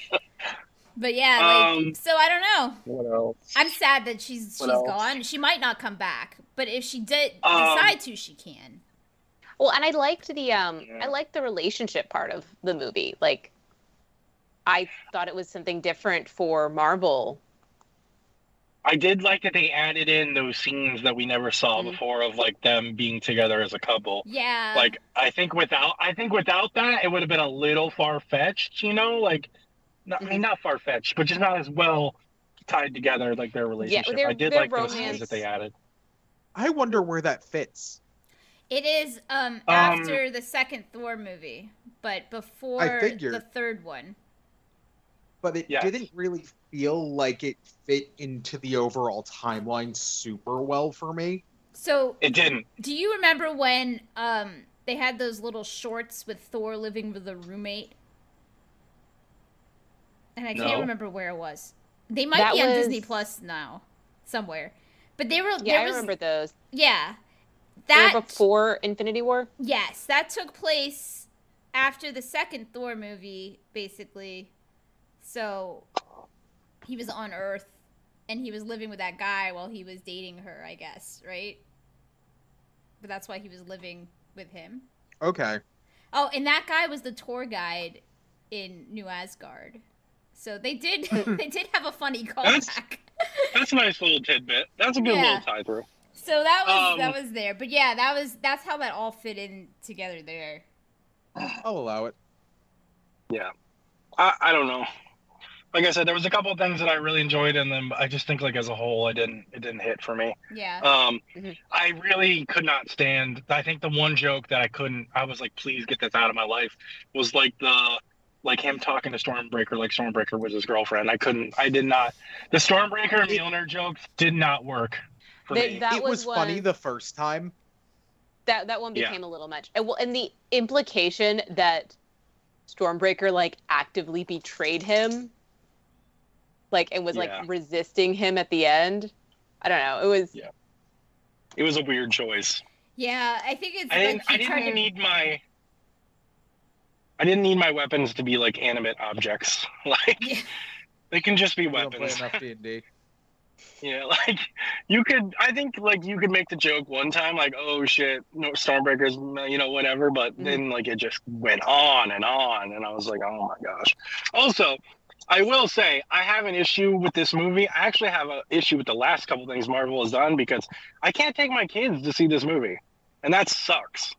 [SPEAKER 1] But yeah, like,
[SPEAKER 3] Um,
[SPEAKER 1] so I don't know.
[SPEAKER 3] What else?
[SPEAKER 1] I'm sad that she's she's
[SPEAKER 3] What else?
[SPEAKER 1] gone. She might not come back, but if she did
[SPEAKER 3] Um,
[SPEAKER 1] decide to, she can.
[SPEAKER 2] Well, and I liked the um
[SPEAKER 3] Yeah.
[SPEAKER 2] I liked the relationship part of the movie. Like I thought it was something different for Marvel.
[SPEAKER 3] I did like that they added in those scenes that we never saw
[SPEAKER 2] Mhm.
[SPEAKER 3] before of like them being together as a couple.
[SPEAKER 1] Yeah.
[SPEAKER 3] Like I think without I think without that it would have been a little far fetched, you know, like not,
[SPEAKER 2] Mm-hmm.
[SPEAKER 3] I mean not far fetched, but just not as well tied together like their relationship.
[SPEAKER 2] their-
[SPEAKER 3] I did
[SPEAKER 2] their
[SPEAKER 3] like those scenes
[SPEAKER 2] romance-
[SPEAKER 3] that they added.
[SPEAKER 5] I wonder where that fits.
[SPEAKER 1] it is um after the second Thor movie, but before
[SPEAKER 5] figured.
[SPEAKER 1] the third one.
[SPEAKER 5] but it
[SPEAKER 3] Yes.
[SPEAKER 5] didn't really feel like it fit into the overall timeline super well for me.
[SPEAKER 1] So
[SPEAKER 3] It didn't.
[SPEAKER 1] do you remember when um they had those little shorts with Thor living with a roommate? And I
[SPEAKER 3] No.
[SPEAKER 1] can't remember where it was. They might
[SPEAKER 2] That
[SPEAKER 1] be on
[SPEAKER 2] was-
[SPEAKER 1] Disney Plus now, somewhere. But they were
[SPEAKER 2] Yeah,
[SPEAKER 1] there
[SPEAKER 2] I
[SPEAKER 1] was
[SPEAKER 2] remember those.
[SPEAKER 1] yeah.
[SPEAKER 2] They were
[SPEAKER 1] That
[SPEAKER 2] before Infinity War.
[SPEAKER 1] Yes, that took place after the second Thor movie, basically. So he was on Earth and he was living with that guy while he was dating her, I guess, right? But that's why he was living with him.
[SPEAKER 5] Okay.
[SPEAKER 1] Oh, and that guy was the tour guide in New Asgard. So they did [LAUGHS] they did have a funny
[SPEAKER 3] That's-
[SPEAKER 1] callback.
[SPEAKER 3] That's a nice little tidbit. That's a good
[SPEAKER 1] Yeah.
[SPEAKER 3] little tie through.
[SPEAKER 1] So that was
[SPEAKER 3] Um,
[SPEAKER 1] that was there. But yeah, that was that's how that all fit in together there.
[SPEAKER 5] I'll allow it.
[SPEAKER 3] I, I don't know. Like I said, there was a couple of things that I really enjoyed, and then I just think like as a whole, I didn't it didn't hit for me.
[SPEAKER 1] Yeah.
[SPEAKER 3] Um,
[SPEAKER 1] Mm-hmm.
[SPEAKER 2] Mhm.
[SPEAKER 3] I really could not stand. I think the one joke that I couldn't, I was like, please get this out of my life, was like the like him talking to Stormbreaker, like Stormbreaker was his girlfriend. I couldn't. I did not. The Stormbreaker and
[SPEAKER 5] It-
[SPEAKER 3] Mjolnir jokes did not work for
[SPEAKER 2] They-
[SPEAKER 3] me.
[SPEAKER 2] That
[SPEAKER 5] it
[SPEAKER 2] was
[SPEAKER 5] was funny
[SPEAKER 2] one-
[SPEAKER 5] the first time.
[SPEAKER 2] That that one
[SPEAKER 3] Yeah.
[SPEAKER 2] became a little much. And well, and the implication that Stormbreaker like actively betrayed him, like and was
[SPEAKER 3] Yeah.
[SPEAKER 2] like resisting him at the end. I don't know. It was
[SPEAKER 3] Yeah. it was a weird choice.
[SPEAKER 1] Yeah, I think it's
[SPEAKER 3] I
[SPEAKER 1] like
[SPEAKER 3] didn't.
[SPEAKER 1] he
[SPEAKER 3] I didn't
[SPEAKER 1] tried to-
[SPEAKER 3] need my. I didn't need my weapons to be like animate objects. [LAUGHS] Like
[SPEAKER 1] [LAUGHS] Yeah.
[SPEAKER 3] they can just be
[SPEAKER 5] We don't play
[SPEAKER 3] weapons.
[SPEAKER 5] enough D&D.
[SPEAKER 3] Yeah, [LAUGHS] like you could. I think like you could make the joke one time, like oh shit, no Stormbreakers, no, you know whatever. But then like it just went on and on, and I was like, oh my gosh. Also, I will say I have an issue with this movie. I actually have an issue with the last couple things Marvel has done because I can't take my kids to see this movie, and that sucks.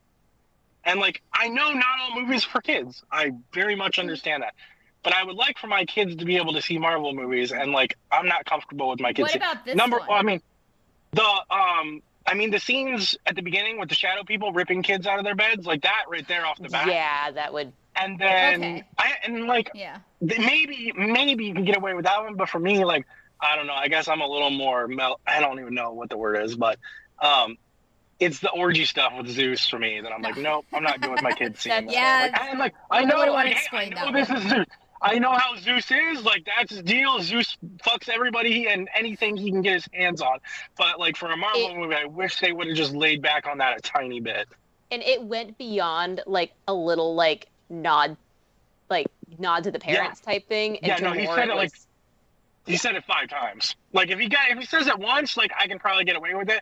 [SPEAKER 3] And like I know not all movies are for kids. I very much understand that, but I would like for my kids to be able to see Marvel movies, and like I'm not comfortable with my kids.
[SPEAKER 1] What
[SPEAKER 3] seeing-
[SPEAKER 1] about this
[SPEAKER 3] Number,
[SPEAKER 1] one?
[SPEAKER 3] well, I mean, the um, I mean the scenes at the beginning with the shadow people ripping kids out of their beds, like that right there off the bat.
[SPEAKER 2] Yeah, that would.
[SPEAKER 3] And then
[SPEAKER 1] Okay.
[SPEAKER 3] I and like
[SPEAKER 1] yeah.
[SPEAKER 3] th- maybe maybe you can get away with that one, but for me, like I don't know. I guess I'm a little more mel. I don't even know what the word is, but um, it's the orgy stuff with Zeus for me that
[SPEAKER 1] [LAUGHS]
[SPEAKER 3] I'm like, nope, I'm not good with my kids seeing that.
[SPEAKER 1] That's-
[SPEAKER 3] Like, I- I'm like, I
[SPEAKER 1] I
[SPEAKER 3] know,
[SPEAKER 1] wouldn't wanna
[SPEAKER 3] like, hey, I
[SPEAKER 1] explain
[SPEAKER 3] know
[SPEAKER 1] that
[SPEAKER 3] this
[SPEAKER 1] one.
[SPEAKER 3] is Zeus. I know how Zeus is. Like that's his deal. Zeus fucks everybody and anything he can get his hands on. But like for a Marvel
[SPEAKER 2] It-
[SPEAKER 3] movie, I wish they would have just laid back on that a tiny bit.
[SPEAKER 2] And it went beyond like a little like nod, like nod to the parents type thing.
[SPEAKER 3] Yeah,
[SPEAKER 2] into
[SPEAKER 3] no, he
[SPEAKER 2] more
[SPEAKER 3] said it, like,
[SPEAKER 2] was-
[SPEAKER 3] He said it five times. Like if he got if he says it once, like I can probably get away with it.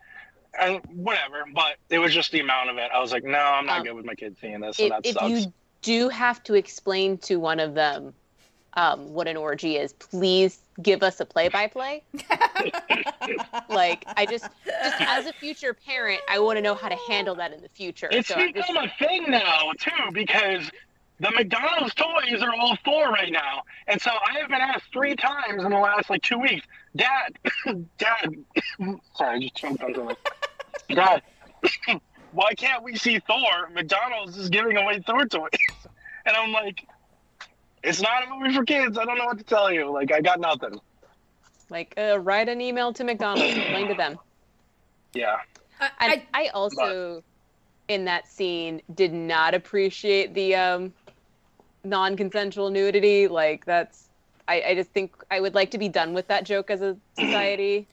[SPEAKER 3] And whatever, but it was just the amount of it. I was like, no, I'm not
[SPEAKER 2] Um,
[SPEAKER 3] good with my kids seeing this, so
[SPEAKER 2] if,
[SPEAKER 3] that
[SPEAKER 2] if
[SPEAKER 3] sucks.
[SPEAKER 2] you do have to explain to one of them um, what an orgy is, please give us a play-by-play. [LAUGHS] Like, I just,
[SPEAKER 3] [LAUGHS]
[SPEAKER 2] just as a future parent, I want to know how to handle that in the future.
[SPEAKER 3] It's
[SPEAKER 2] so I'm just,
[SPEAKER 3] become a thing now too because the McDonald's toys are all four right now, and so I have been asked three times in the last like two weeks, Dad, [COUGHS] Dad, sorry, I just choked on something. [LAUGHS] Dad, [COUGHS] why can't we see Thor? McDonald's is giving away Thor toys, [LAUGHS] and I'm like, it's not a movie for kids. I don't know what to tell you. Like I got nothing.
[SPEAKER 2] like uh, write an email to McDonald's, explain to
[SPEAKER 3] [COUGHS]
[SPEAKER 2] them.
[SPEAKER 3] Yeah,
[SPEAKER 1] I,
[SPEAKER 2] And
[SPEAKER 1] I-
[SPEAKER 2] I, also, in that scene, did not appreciate the um, non-consensual nudity. Like that's, I, I just think I would like to be done with that joke as
[SPEAKER 3] [CLEARS THROAT]
[SPEAKER 2] a society.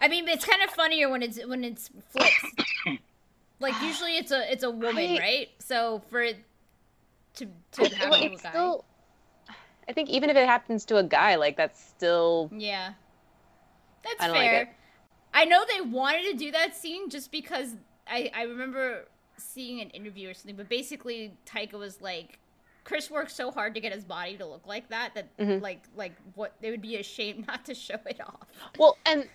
[SPEAKER 1] I mean, it's kind of funnier when it's when it's
[SPEAKER 2] [COUGHS]
[SPEAKER 1] flips. like usually it's a it's a woman,
[SPEAKER 2] I-
[SPEAKER 1] right? So for it to to
[SPEAKER 2] It-
[SPEAKER 1] happen
[SPEAKER 2] well,
[SPEAKER 1] to a
[SPEAKER 2] it's
[SPEAKER 1] guy.
[SPEAKER 2] still i think even if it happens to a guy like that's still
[SPEAKER 1] Yeah. That's
[SPEAKER 2] I don't like
[SPEAKER 1] fair.
[SPEAKER 2] it.
[SPEAKER 1] I know they wanted to do that scene just because I, I remember seeing an interview or something, but basically Taika was like Chris worked so hard to get his body to look like that that
[SPEAKER 2] Mhm.
[SPEAKER 1] like like what they would be ashamed [LAUGHS] not to show it off.
[SPEAKER 2] well and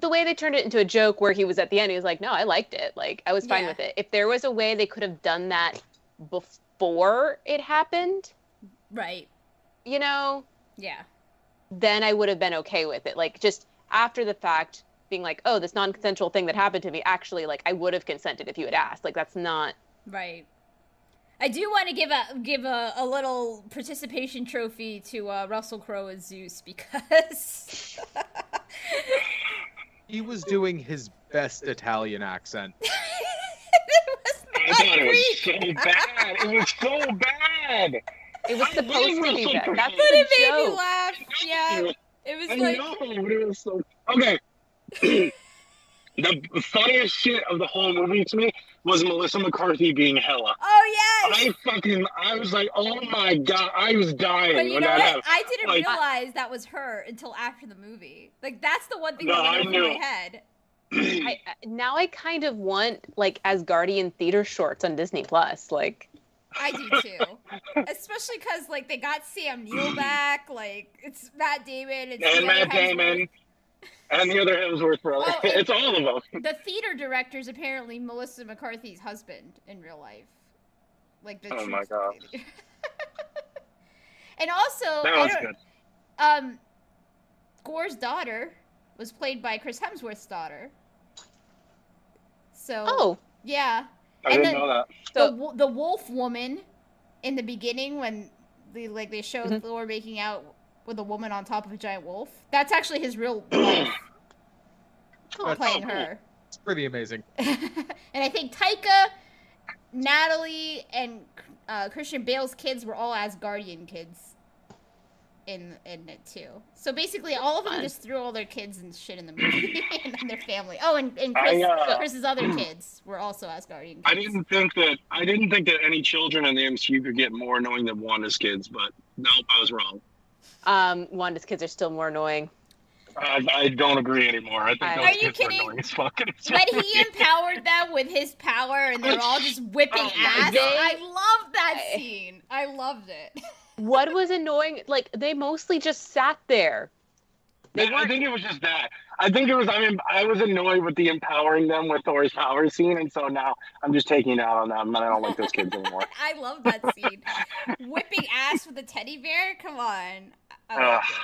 [SPEAKER 2] the way they turned it into a joke where he was at the end he was like no i liked it like i was fine
[SPEAKER 1] Yeah.
[SPEAKER 2] with it if there was a way they could have done that before it happened
[SPEAKER 1] Right.
[SPEAKER 2] you know
[SPEAKER 1] Yeah.
[SPEAKER 2] then i would have been okay with it like just after the fact being like oh this non-consensual thing that happened to me actually like i would have consented if you had asked like that's not
[SPEAKER 1] Right. I do want to give a give a, a little participation trophy to uh, Russell Crowe as Zeus because [LAUGHS]
[SPEAKER 5] He was doing his best Italian accent.
[SPEAKER 1] it was
[SPEAKER 3] I
[SPEAKER 1] not
[SPEAKER 3] thought it was
[SPEAKER 1] Greek.
[SPEAKER 3] so bad. It was so bad.
[SPEAKER 2] it was
[SPEAKER 3] I
[SPEAKER 2] supposed to
[SPEAKER 3] literally
[SPEAKER 2] be that.
[SPEAKER 3] forgot.
[SPEAKER 2] that's
[SPEAKER 1] But
[SPEAKER 2] the
[SPEAKER 1] it made me
[SPEAKER 2] joke
[SPEAKER 1] laugh. Yeah, it
[SPEAKER 3] I
[SPEAKER 1] was like
[SPEAKER 3] know, but it was so okay. [CLEARS THROAT] the funniest shit of the whole movie to me was Melissa McCarthy being Hella.
[SPEAKER 1] Oh yes.
[SPEAKER 3] I fucking, I was like, oh my god, I was dying
[SPEAKER 1] But you
[SPEAKER 3] when
[SPEAKER 1] know
[SPEAKER 3] that
[SPEAKER 1] what?
[SPEAKER 3] happened.
[SPEAKER 1] I didn't
[SPEAKER 3] Like-
[SPEAKER 1] realize that was her until after the movie. Like that's the one thing
[SPEAKER 3] No,
[SPEAKER 1] that
[SPEAKER 3] I
[SPEAKER 1] went over
[SPEAKER 3] knew.
[SPEAKER 1] my head.
[SPEAKER 2] I, I- now I kind of want like Asgardian theater shorts on Disney Plus. Like,
[SPEAKER 1] I do
[SPEAKER 3] [LAUGHS]
[SPEAKER 1] too, especially because like they got Sam
[SPEAKER 3] [CLEARS THROAT]
[SPEAKER 1] Neill back. Like it's Matt Damon. It's the
[SPEAKER 3] And
[SPEAKER 1] other
[SPEAKER 3] Matt Damon, [CLEARS THROAT] and the other Hemsworth brother.
[SPEAKER 1] Oh, it-
[SPEAKER 3] [LAUGHS] it's all of them.
[SPEAKER 1] Hemsworth- The theater director's apparently Melissa McCarthy's husband in real life. Like the
[SPEAKER 3] Oh my
[SPEAKER 1] true-
[SPEAKER 3] God.
[SPEAKER 1] [LAUGHS] and also,
[SPEAKER 3] That
[SPEAKER 1] I
[SPEAKER 3] was
[SPEAKER 1] don't-
[SPEAKER 3] good.
[SPEAKER 1] Um, Gore's daughter was played by Chris Hemsworth's daughter. So
[SPEAKER 2] oh,
[SPEAKER 1] yeah,
[SPEAKER 3] I
[SPEAKER 1] and
[SPEAKER 3] didn't
[SPEAKER 1] then-
[SPEAKER 3] know that.
[SPEAKER 1] the
[SPEAKER 2] So-
[SPEAKER 1] the the wolf woman in the beginning when they like they showed
[SPEAKER 2] Mhm.
[SPEAKER 1] Thor making out with a woman on top of a giant wolf. That's actually his real wife
[SPEAKER 5] That's
[SPEAKER 1] playing
[SPEAKER 3] cool.
[SPEAKER 1] her.
[SPEAKER 5] It's pretty amazing.
[SPEAKER 1] [LAUGHS] and I think Taika, Natalie, and uh, Christian Bale's kids were all Asgardian kids in in it too. So basically, all of them
[SPEAKER 2] Fun.
[SPEAKER 1] just threw all their kids and shit in the movie [LAUGHS] and their family. Oh, and, and
[SPEAKER 3] I,
[SPEAKER 1] Chris,
[SPEAKER 3] uh,
[SPEAKER 1] Chris's other kids were also Asgardian. Kids.
[SPEAKER 3] I didn't think that I didn't think that any children in the MCU could get more knowing than Wanda's kids, but nope, I was wrong.
[SPEAKER 2] um, Wanda's kids are still more annoying.
[SPEAKER 3] I, I don't agree anymore. I think
[SPEAKER 2] Are
[SPEAKER 3] those
[SPEAKER 1] you
[SPEAKER 3] kids
[SPEAKER 1] kidding?
[SPEAKER 3] are annoying as fuck. [LAUGHS]
[SPEAKER 1] [LAUGHS]
[SPEAKER 3] It's
[SPEAKER 1] But he empowered them with his power, and they're all just whipping
[SPEAKER 3] Oh my
[SPEAKER 1] ass.
[SPEAKER 2] God.
[SPEAKER 1] I love that
[SPEAKER 2] I-
[SPEAKER 1] scene. I loved it.
[SPEAKER 2] what was annoying? Like they mostly just sat there. They
[SPEAKER 3] I
[SPEAKER 2] weren't.
[SPEAKER 3] think it was just that. I think it was. I mean, I was annoyed with the empowering them with Thor's power scene, and so now I'm just taking it out on them, and I don't like those kids anymore.
[SPEAKER 1] I love that scene. Whipping ass with a teddy bear? Come on. I, I
[SPEAKER 3] Ugh.
[SPEAKER 1] like it.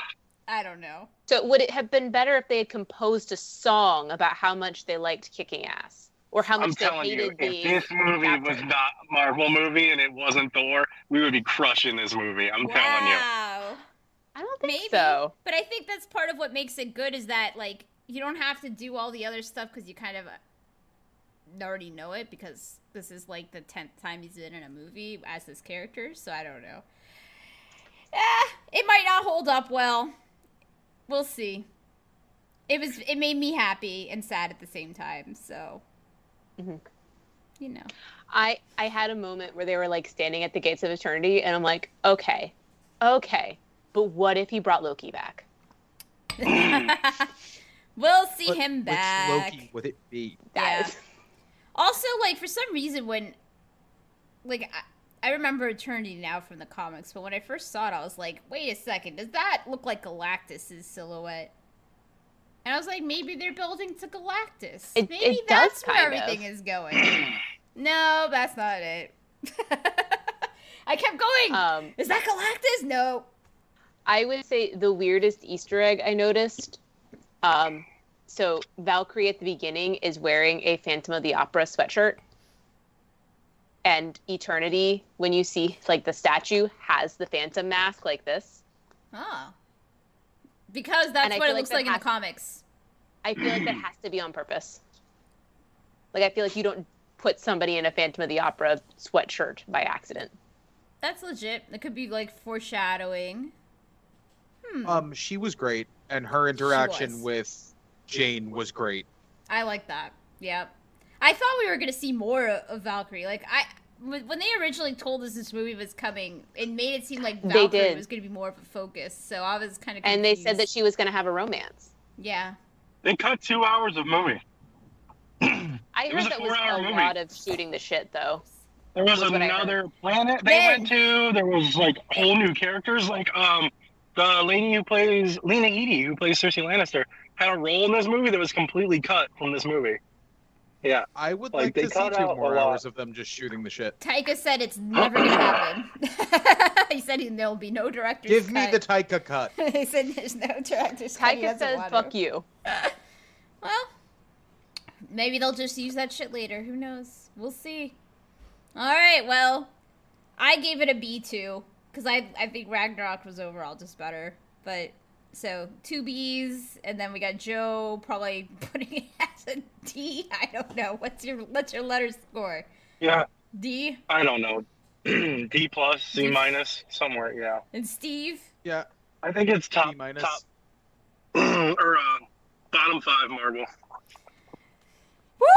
[SPEAKER 1] I don't know.
[SPEAKER 2] So would it have been better if they had composed a song about how much they liked kicking ass or how much
[SPEAKER 3] [LAUGHS] I'm
[SPEAKER 2] they
[SPEAKER 3] telling you,
[SPEAKER 2] hated
[SPEAKER 3] if
[SPEAKER 2] being?
[SPEAKER 3] this movie was
[SPEAKER 2] adapted?
[SPEAKER 3] not a Marvel movie and it wasn't Thor, we would be crushing this movie. I'm telling you.
[SPEAKER 1] wow.
[SPEAKER 2] I don't think
[SPEAKER 1] Maybe.
[SPEAKER 2] so.
[SPEAKER 1] But I think that's part of what makes it good is that like you don't have to do all the other stuff because you kind of uh, already know it because this is like the tenth time he's been in a movie as this character. So I don't know. Eh, it might not hold up well. We'll see. It was. It made me happy and sad at the same time. So.
[SPEAKER 2] Mhm.
[SPEAKER 1] You know.
[SPEAKER 2] I I had a moment where they were like standing at the gates of eternity, and I'm like, okay, okay, but what if he brought Loki back?
[SPEAKER 1] [LAUGHS] we'll see
[SPEAKER 5] What-
[SPEAKER 1] him
[SPEAKER 5] Which
[SPEAKER 1] back.
[SPEAKER 5] Loki would it be?
[SPEAKER 1] Yeah.
[SPEAKER 2] That is
[SPEAKER 1] Also, like for some reason, when like I, I remember Eternity now from the comics, but when I first saw it, I was like, "Wait a second, does that look like Galactus's silhouette?" And I was like, "Maybe they're building to Galactus.
[SPEAKER 2] It-
[SPEAKER 1] Maybe
[SPEAKER 2] it does
[SPEAKER 1] that's
[SPEAKER 2] kind
[SPEAKER 1] where
[SPEAKER 2] of."
[SPEAKER 1] everything is going." [CLEARS THROAT] no, that's not it. [LAUGHS] I kept going.
[SPEAKER 2] [LAUGHS] Um,
[SPEAKER 1] is that Galactus? No.
[SPEAKER 2] I would say the weirdest Easter egg I noticed. Um, so Valkyrie at the beginning is wearing a Phantom of the Opera sweatshirt, and Eternity, when you see like the statue, has the Phantom mask like this.
[SPEAKER 1] Oh. Because
[SPEAKER 2] And
[SPEAKER 1] that's
[SPEAKER 2] I
[SPEAKER 1] what it
[SPEAKER 2] feel like
[SPEAKER 1] looks
[SPEAKER 2] that
[SPEAKER 1] like in the
[SPEAKER 2] has-
[SPEAKER 1] comics.
[SPEAKER 2] I feel
[SPEAKER 3] [CLEARS THROAT]
[SPEAKER 2] like that has to be on purpose. Like I feel like you don't put somebody in a Phantom of the Opera sweatshirt by accident.
[SPEAKER 1] That's legit. It could be like foreshadowing. Hmm.
[SPEAKER 5] Um, she was great, and her
[SPEAKER 1] was.
[SPEAKER 5] interaction with Jane was great.
[SPEAKER 1] I like that. Yep. I thought we were going to see more o- of Valkyrie. Like I when when they originally told us this movie was coming, it made it seem like
[SPEAKER 2] They
[SPEAKER 1] Valkyrie
[SPEAKER 2] did.
[SPEAKER 1] was going to be more of a focus. So I was kind of
[SPEAKER 2] And they said that she was going to have a romance.
[SPEAKER 1] yeah.
[SPEAKER 3] They cut two hours of movie.
[SPEAKER 2] I
[SPEAKER 3] was
[SPEAKER 2] heard
[SPEAKER 3] a
[SPEAKER 2] that was
[SPEAKER 3] four-hour
[SPEAKER 2] a
[SPEAKER 3] movie.
[SPEAKER 2] lot of shooting the shit though.
[SPEAKER 3] There was
[SPEAKER 2] Was what I heard.
[SPEAKER 3] another planet they
[SPEAKER 1] Then-
[SPEAKER 3] went to. There was like whole new characters. Like um, the lady who plays Lena Headey, who plays Cersei Lannister, had a role in this movie that was completely cut from this movie. Yeah,
[SPEAKER 5] I would
[SPEAKER 3] Like,
[SPEAKER 5] like,
[SPEAKER 3] they
[SPEAKER 5] to see
[SPEAKER 3] cut out
[SPEAKER 5] two
[SPEAKER 3] a
[SPEAKER 5] more
[SPEAKER 3] lot.
[SPEAKER 5] hours of them just shooting the shit.
[SPEAKER 1] Taika said it's never going to happen. [LAUGHS] he said he- there'll be no director's
[SPEAKER 5] Give me
[SPEAKER 1] cut.
[SPEAKER 5] the Taika cut.
[SPEAKER 1] [LAUGHS] he said there's no director's cut. He
[SPEAKER 2] Taika
[SPEAKER 1] doesn't
[SPEAKER 2] says,
[SPEAKER 1] want
[SPEAKER 2] "Fuck
[SPEAKER 1] to."
[SPEAKER 2] you."
[SPEAKER 1] Well, maybe they'll just use that shit later. Who knows? We'll see. All right. Well, I gave it a B two because I I think Ragnarok was overall just better. But so two Bs, and then we got Joe probably [LAUGHS] putting it as a D. I don't know. What's your what's your letter score?
[SPEAKER 3] yeah.
[SPEAKER 1] D.
[SPEAKER 3] I don't know. [CLEARS THROAT] D plus, C minus, somewhere. Yeah,
[SPEAKER 1] And Steve.
[SPEAKER 5] Yeah,
[SPEAKER 3] I think it's top
[SPEAKER 5] B minus.
[SPEAKER 3] top [CLEARS THROAT] or uh, bottom five Marvel.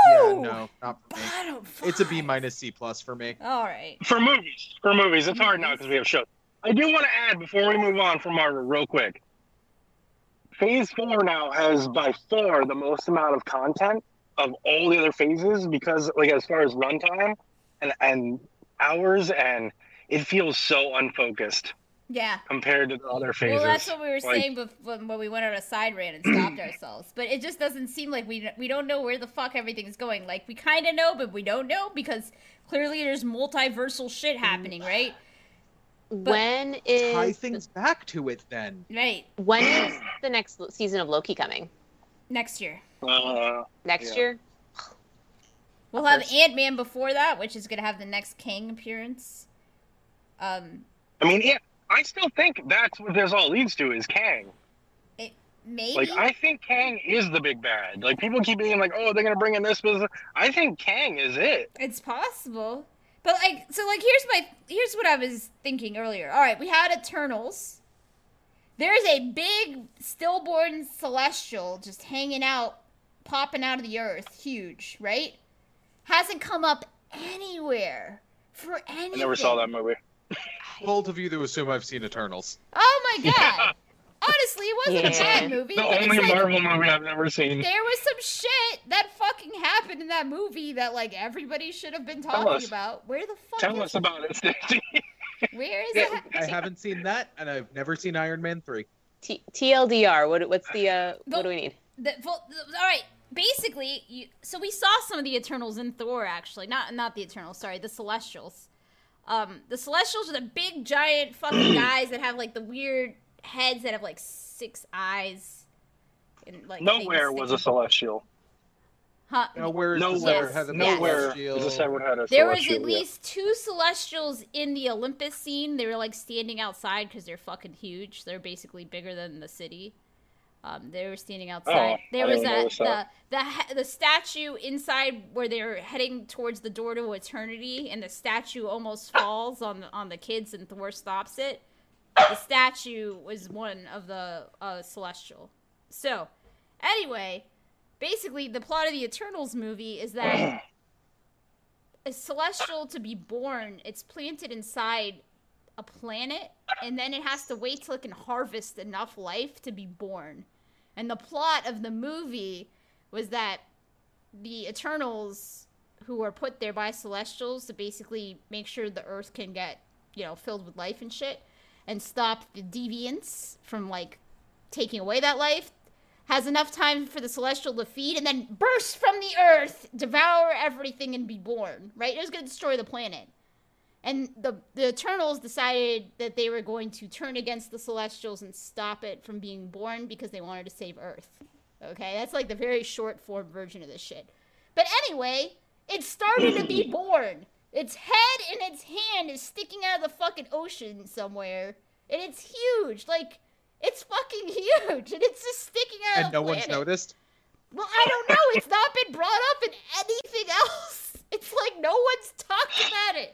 [SPEAKER 5] Yeah,
[SPEAKER 1] Woo!
[SPEAKER 5] no, not for me.
[SPEAKER 1] Bottom
[SPEAKER 5] It's a B
[SPEAKER 1] five.
[SPEAKER 5] minus C plus for me.
[SPEAKER 1] All right.
[SPEAKER 3] for movies. For movies, it's hard now because we have shows. I do want to add before we move on from Marvel, real quick. Phase four now has by far the most amount of content of all the other phases because, like, as far as runtime and and hours, and it feels so unfocused
[SPEAKER 1] Yeah.
[SPEAKER 3] compared to the other phases.
[SPEAKER 1] Well, that's what we were
[SPEAKER 3] Like-
[SPEAKER 1] saying bef- when when we went on a side rant and
[SPEAKER 3] [CLEARS THROAT]
[SPEAKER 1] stopped ourselves. But it just doesn't seem like we we don't know where the fuck everything's going. Like we kind of know, but we don't know because clearly there's multiversal
[SPEAKER 3] Mm.
[SPEAKER 1] shit happening, right?
[SPEAKER 2] When
[SPEAKER 5] Tie
[SPEAKER 2] is
[SPEAKER 5] things back to it then.
[SPEAKER 1] Right.
[SPEAKER 2] when is the next lo- season of Loki coming?
[SPEAKER 1] Next year
[SPEAKER 3] Uh,
[SPEAKER 2] Next
[SPEAKER 3] Yeah.
[SPEAKER 2] year?
[SPEAKER 1] we'll have Ant Man before that, which is gonna have the next Kang appearance. Um,
[SPEAKER 3] I mean, yeah, I still think that's what this all leads to is Kang.
[SPEAKER 1] it maybe.
[SPEAKER 3] Like I think Kang is the big bad. Like people keep being like, "Oh, they're gonna bring in this business." I think Kang is it.
[SPEAKER 1] It's possible. But like so like here's my here's what I was thinking earlier. All right, we had Eternals. There's a big stillborn celestial just hanging out popping out of the earth, huge, right? Hasn't come up anywhere for anything.
[SPEAKER 3] I never saw that movie.
[SPEAKER 5] Bold of you to assume I've seen Eternals.
[SPEAKER 1] Oh
[SPEAKER 3] [LAUGHS]
[SPEAKER 1] my god. Honestly, it wasn't
[SPEAKER 2] Yeah.
[SPEAKER 1] a bad movie.
[SPEAKER 3] The
[SPEAKER 1] but it's
[SPEAKER 3] only
[SPEAKER 1] like-
[SPEAKER 3] Marvel movie I've never seen.
[SPEAKER 1] there was some shit that fucking happened in that movie that like everybody should have been
[SPEAKER 3] Tell
[SPEAKER 1] talking
[SPEAKER 3] us.
[SPEAKER 1] about. Where the fuck [LAUGHS]
[SPEAKER 3] Tell
[SPEAKER 1] is
[SPEAKER 3] us about it, Stacy.
[SPEAKER 1] Where is
[SPEAKER 6] Yeah.
[SPEAKER 1] that?
[SPEAKER 5] I haven't seen that, and I've never seen Iron Man three.
[SPEAKER 2] T- TLDR. What, what's the uh, what do we need?
[SPEAKER 1] The, well, th- all right. Basically, you, so we saw some of the Eternals in Thor, actually. Not not the Eternals, sorry, the Celestials. Um, the Celestials are the big, giant
[SPEAKER 3] [CLEARS THROAT]
[SPEAKER 1] fucking guys that have like the weird heads that have like six eyes. And, like,
[SPEAKER 3] [LAUGHS] Nowhere
[SPEAKER 1] things
[SPEAKER 3] was a
[SPEAKER 1] sticking-
[SPEAKER 3] celestial.
[SPEAKER 1] Huh?
[SPEAKER 5] Nowhere is the
[SPEAKER 3] Nowhere,
[SPEAKER 5] severed head of the
[SPEAKER 3] nowhere
[SPEAKER 5] celestial.
[SPEAKER 3] is a severed head of
[SPEAKER 1] There was
[SPEAKER 3] celestial.
[SPEAKER 1] at
[SPEAKER 3] yeah.
[SPEAKER 1] least two Celestials in the Olympus scene. They were like standing outside because they're fucking huge. They're basically bigger than the city. Um, they were standing outside.
[SPEAKER 3] Oh, I
[SPEAKER 1] there was
[SPEAKER 3] didn't
[SPEAKER 1] that
[SPEAKER 3] notice
[SPEAKER 1] the
[SPEAKER 3] that.
[SPEAKER 1] the he- the statue inside where they were heading towards the door to eternity, and the statue almost falls on the, on the kids, and Thor stops it. The statue was one of the uh, Celestial. So, anyway, basically, the plot of the Eternals movie is
[SPEAKER 3] [CLEARS THROAT]
[SPEAKER 1] that a celestial to be born, it's planted inside a planet, and then it has to wait till it can harvest enough life to be born. And the plot of the movie was that the Eternals, who are put there by celestials to basically make sure the Earth can get, you know, filled with life and shit, and stop the deviants from like taking away that life, has enough time for the celestial to feed and then burst from the earth, devour everything, and be born. Right? It was going to destroy the planet. And the the Eternals decided that they were going to turn against the Celestials and stop it from being born because they wanted to save Earth. Okay, that's like the very short form version of this shit. But anyway, it started to be born. Its head and its hand is sticking out of the fucking ocean somewhere, and it's huge. Like it's fucking [LAUGHS] huge, and it's just sticking out of
[SPEAKER 5] And
[SPEAKER 1] the
[SPEAKER 5] no one's
[SPEAKER 1] planet.
[SPEAKER 5] noticed.
[SPEAKER 1] Well, I don't know. It's not been brought up in anything else. [LAUGHS] It's like no one's talked about it.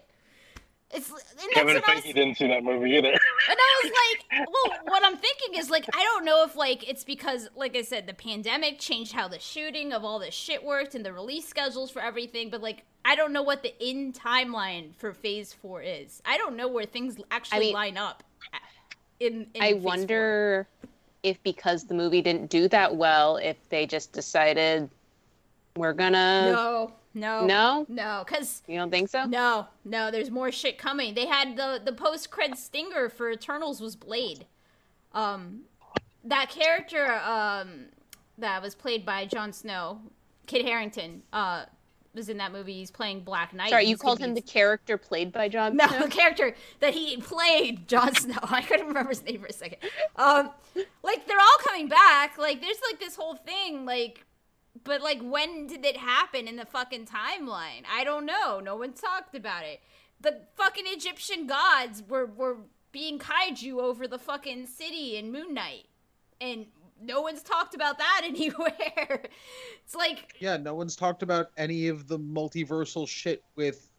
[SPEAKER 1] It's and that's
[SPEAKER 3] Kevin
[SPEAKER 1] what I was,
[SPEAKER 3] Feige didn't see that movie either.
[SPEAKER 1] and I was like, well, what I'm thinking is like I don't know if like it's because like I said the pandemic changed how the shooting of all this shit worked and the release schedules for everything, but like I don't know what the end timeline for Phase Four is. I don't know where things actually
[SPEAKER 2] mean-
[SPEAKER 1] line up. In, in
[SPEAKER 2] I
[SPEAKER 1] Phase Four.
[SPEAKER 2] wonder if because the movie didn't do that well, if they just decided we're gonna
[SPEAKER 1] No, no,
[SPEAKER 2] uh, no,
[SPEAKER 1] no, because
[SPEAKER 2] you don't think so?
[SPEAKER 1] No, no, there's more shit coming. They had the the post cred stinger for Eternals was Blade. Um that character um that was played by Jon Snow, Kid Harrington, uh was in that movie. He's playing Black Knight.
[SPEAKER 2] Sorry,
[SPEAKER 1] He's
[SPEAKER 2] you called him the
[SPEAKER 1] confused.
[SPEAKER 2] character played by
[SPEAKER 1] [LAUGHS]
[SPEAKER 2] John
[SPEAKER 1] No,
[SPEAKER 2] Snow.
[SPEAKER 1] the character that he played, Jon Snow. [LAUGHS] I couldn't remember his name for a second. Um, like they're all coming back. Like there's like this whole thing. Like, but like when did it happen in the fucking timeline? I don't know. No one talked about it. The fucking Egyptian gods were were being kaiju over the fucking city in Moon Knight, and no one's talked about that [LAUGHS] anywhere. it's like
[SPEAKER 5] Yeah, no one's talked about any of the multiversal shit with.